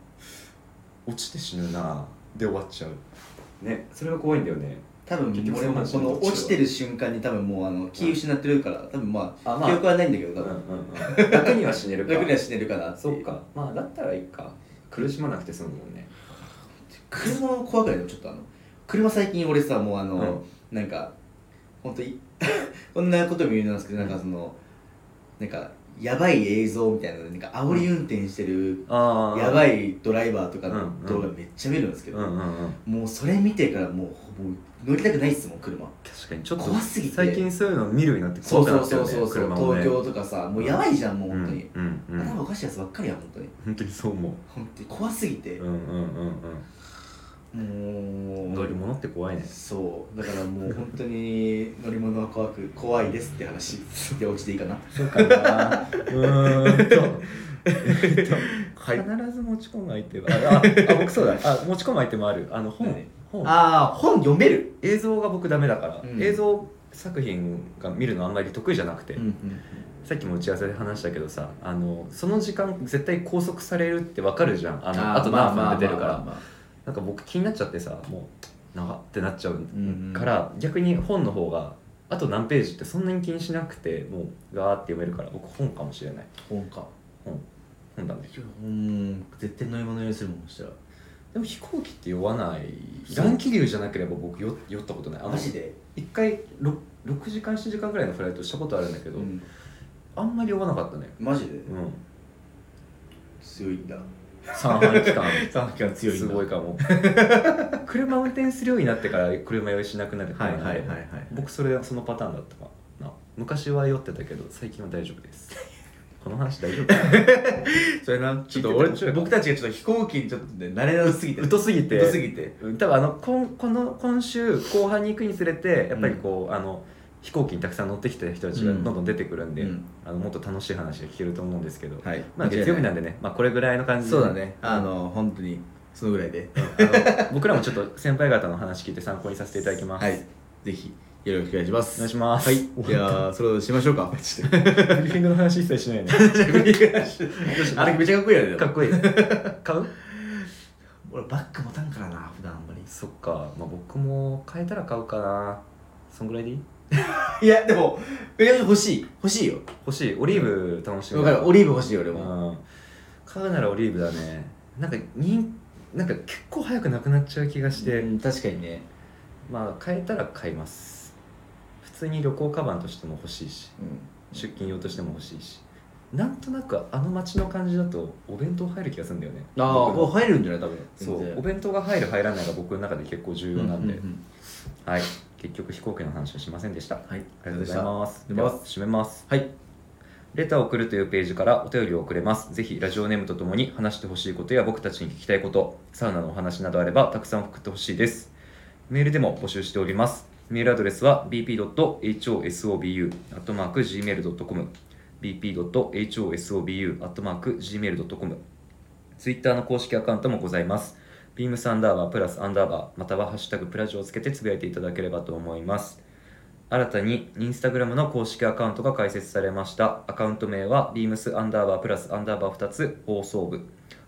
[SPEAKER 2] 落ちて死ぬなで終わっちゃうねそれが怖いんだよね
[SPEAKER 1] 多分
[SPEAKER 2] 結局
[SPEAKER 1] 俺もこ
[SPEAKER 2] そうなん
[SPEAKER 1] の
[SPEAKER 2] ですよ
[SPEAKER 1] 落ちてる瞬間に多分もうあの気失ってるから多分ま
[SPEAKER 2] あ
[SPEAKER 1] あ記憶はないんだけど多分 *laughs*
[SPEAKER 2] うん、楽には死ねるか
[SPEAKER 1] 楽には死ねるかなってい
[SPEAKER 2] そっかまあだったらいいか苦しまなくて済むもんね
[SPEAKER 1] 車も怖くないのちょっとあの車最近俺さもうあの、
[SPEAKER 2] うん
[SPEAKER 1] なんか本当に *laughs* こんなことも言うんですけどなんかそのなんかやばい映像みたいななんか煽り運転してる
[SPEAKER 2] あ
[SPEAKER 1] やば
[SPEAKER 2] い
[SPEAKER 1] いドライバーとか
[SPEAKER 2] うんう
[SPEAKER 1] の
[SPEAKER 2] ん
[SPEAKER 1] 動画めっちゃ見るんですけど、
[SPEAKER 2] うんうんうん
[SPEAKER 1] もうそれ見てからもうもう乗りたくないっすもん車
[SPEAKER 2] 確かにちょっと
[SPEAKER 1] 怖すぎて
[SPEAKER 2] 最近そういうの見るようになって
[SPEAKER 1] そ
[SPEAKER 2] 怖
[SPEAKER 1] う
[SPEAKER 2] く
[SPEAKER 1] そ
[SPEAKER 2] な
[SPEAKER 1] う
[SPEAKER 2] った
[SPEAKER 1] そ
[SPEAKER 2] よ
[SPEAKER 1] う
[SPEAKER 2] ね
[SPEAKER 1] そうそう、
[SPEAKER 2] 車もね
[SPEAKER 1] 東京とかさもうやばいじゃんもう
[SPEAKER 2] うん
[SPEAKER 1] 本当に、
[SPEAKER 2] うんうん
[SPEAKER 1] 頭おかしいやつばっかりやん本当に
[SPEAKER 2] 本当にそう思う
[SPEAKER 1] 本当に怖すぎて
[SPEAKER 2] う、んうんうんうん
[SPEAKER 1] も
[SPEAKER 2] 乗り
[SPEAKER 1] う
[SPEAKER 2] 物って怖いね
[SPEAKER 1] そうだからもう本当に乗り物は怖く怖いですって話で落ちていいかな
[SPEAKER 2] そうかなうーんと
[SPEAKER 1] は
[SPEAKER 2] 必ず持ち込む相手はあああ僕そうだあ持ち込む相手もあるあの本
[SPEAKER 1] 何 *laughs*
[SPEAKER 2] 本
[SPEAKER 1] ああ本読める
[SPEAKER 2] 映像が僕ダメだから、
[SPEAKER 1] うん
[SPEAKER 2] 映像作品が見るのあんまり得意じゃなくて、
[SPEAKER 1] うんうん
[SPEAKER 2] さっきも打ち合わせで話したけどさあのその時間絶対拘束されるってわかるじゃんあのあと何分で出るから、なんか僕気になっちゃってさもう長ってなっちゃう
[SPEAKER 3] うんうん
[SPEAKER 2] から、逆に本の方があと何ページってそんなに気にしなくてもうガーって読めるから僕本かもしれない
[SPEAKER 3] 本か
[SPEAKER 2] 本だね
[SPEAKER 3] うん絶対乗り物用意するもんそしたら
[SPEAKER 2] でも飛行機って酔わない
[SPEAKER 3] そう
[SPEAKER 2] 乱気流じゃなければ僕酔酔ったことないあの
[SPEAKER 3] マジで、
[SPEAKER 2] 一回 6, 6時間7時間ぐらいのフライトしたことあるんだけど、
[SPEAKER 3] うん
[SPEAKER 2] あんまり酔わなかったね
[SPEAKER 3] マジで
[SPEAKER 2] うん
[SPEAKER 3] 強いんだ
[SPEAKER 2] 三半期間
[SPEAKER 3] 短期間強いん
[SPEAKER 2] *laughs* す
[SPEAKER 3] だ
[SPEAKER 2] ごいかも *laughs* 車運転するようになってから車酔いしなくなるって
[SPEAKER 1] はいはいはいは
[SPEAKER 2] な
[SPEAKER 1] い
[SPEAKER 2] 僕それそのパターンだったかな昔は酔ってたけど最近は大丈夫です
[SPEAKER 1] *laughs*
[SPEAKER 2] この話大丈夫かな
[SPEAKER 1] それなちょっと
[SPEAKER 2] 聞いてて
[SPEAKER 1] 俺僕たちがちょっと飛行機にちょっとね慣れなすぎて
[SPEAKER 2] 疎すぎて
[SPEAKER 1] *laughs* 疎すぎて
[SPEAKER 2] うん多分あのこんこの今週後半に行くにつれてやっぱりこう、あの飛行機にたくさん乗ってきた人たちがどんどん出てくるんで、
[SPEAKER 1] うん
[SPEAKER 2] あのもっと楽しい話が聞けると思うんですけど、
[SPEAKER 1] はい
[SPEAKER 2] まあ月曜日なん
[SPEAKER 1] で
[SPEAKER 2] でね、まあ、これぐらいの感じで
[SPEAKER 1] そうだねあの本当にそのぐらいで
[SPEAKER 2] あの僕らもちょっと先輩方の話聞いて参考にさせていただきます、
[SPEAKER 1] はいぜひよろしくお願いします
[SPEAKER 2] お願いします
[SPEAKER 1] はいじゃあそれをしましょうか
[SPEAKER 2] ブリーフィングの話一切しないね
[SPEAKER 1] *laughs* あれめっちゃかっこいいや
[SPEAKER 2] か
[SPEAKER 1] ね
[SPEAKER 2] っこいい買う
[SPEAKER 1] 俺バッグ持たんからな普段あんまり
[SPEAKER 2] そっか、まあ、僕も買えたら買うかなそんぐらいでいい
[SPEAKER 1] いやでも欲しい欲しいよ
[SPEAKER 2] 欲しいオリーブ楽しみ
[SPEAKER 1] だからオリーブ欲しいよ俺も
[SPEAKER 2] うん買うならオリーブだねなんかになんか結構早くなくなっちゃう気がして、
[SPEAKER 1] うん確かにね
[SPEAKER 2] まあ買えたら買います普通に旅行カバンとしても欲しいし出勤用としても欲しいしなんとなくあの街の感じだとお弁当入る気がするんだよね
[SPEAKER 1] ああ
[SPEAKER 2] 僕の
[SPEAKER 1] 入るんじゃない多分
[SPEAKER 2] そうお弁当が入る入らないが僕の中で結構重要なんで、はい結局飛行機の話はしませんでした
[SPEAKER 1] はい
[SPEAKER 2] ありがとうござ
[SPEAKER 1] あり
[SPEAKER 2] います。
[SPEAKER 1] がとうございます
[SPEAKER 2] では締めます。
[SPEAKER 1] はい。
[SPEAKER 2] レターを送るというページからお便りを送れます。ぜひラジオネームとともに話してほしいことや僕たちに聞きたいこと、サウナのお話などあればたくさん送ってほしいです。メールでも募集しております。メールアドレスは bp.hosobu.gmail.com bp.hosobu.gmail.com ツイッターの公式アカウントもございます。ビームサンダーバープラスアンダーバーまたはハッシュタグプラジオをつけてつぶやいていただければと思います。新たにインスタグラムの公式アカウントが開設されましたアカウント名は beams アンダーバープラスアンダーバー2つ放送部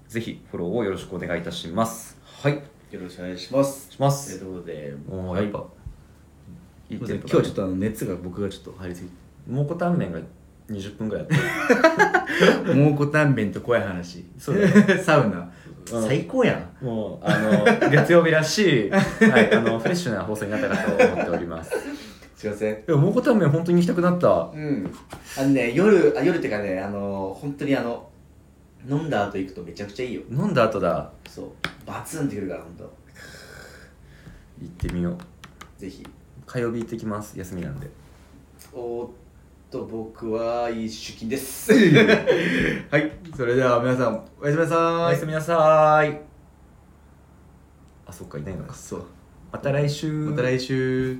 [SPEAKER 2] ぜひフォローをよろしくお願いいたしますはい
[SPEAKER 3] よろしくお願いします
[SPEAKER 2] しま
[SPEAKER 3] という
[SPEAKER 2] す
[SPEAKER 3] ことで
[SPEAKER 2] もうやっぱ、い、い
[SPEAKER 1] 今
[SPEAKER 2] テン
[SPEAKER 1] 日
[SPEAKER 2] ポ
[SPEAKER 1] ち
[SPEAKER 2] だ
[SPEAKER 1] ょっと
[SPEAKER 2] ね
[SPEAKER 1] あの熱が僕がちょっと入りすぎ
[SPEAKER 2] 蒙古タンメンが20分ぐらいやって
[SPEAKER 1] て
[SPEAKER 2] る
[SPEAKER 1] 蒙古タンメンと怖い話
[SPEAKER 2] そう
[SPEAKER 3] *laughs*
[SPEAKER 1] サウナ
[SPEAKER 2] うん
[SPEAKER 1] 最高やん
[SPEAKER 2] *laughs* もうあの月曜日らし *laughs* い、はい、あのフレッシュな放送になったかと思っており *laughs* ます
[SPEAKER 3] すいません
[SPEAKER 2] いや蒙古タンメン本当に行きたくなった
[SPEAKER 3] うんあのね夜あ夜っていうかねあの本当にあの飲んだ後行くとめちゃくちゃいいよ
[SPEAKER 2] 飲んだ後だ
[SPEAKER 3] そうバツンってくるから本当
[SPEAKER 2] 行ってみよう
[SPEAKER 3] ぜひ
[SPEAKER 2] 火曜日行ってきます休みなんで
[SPEAKER 3] おーっと僕は一出勤です
[SPEAKER 1] *laughs* はいそれでは皆さんおやすみな
[SPEAKER 2] お
[SPEAKER 1] さ
[SPEAKER 2] や
[SPEAKER 1] い
[SPEAKER 2] すみなさーいあそっかいないのか
[SPEAKER 1] そう
[SPEAKER 2] また来週
[SPEAKER 1] また来週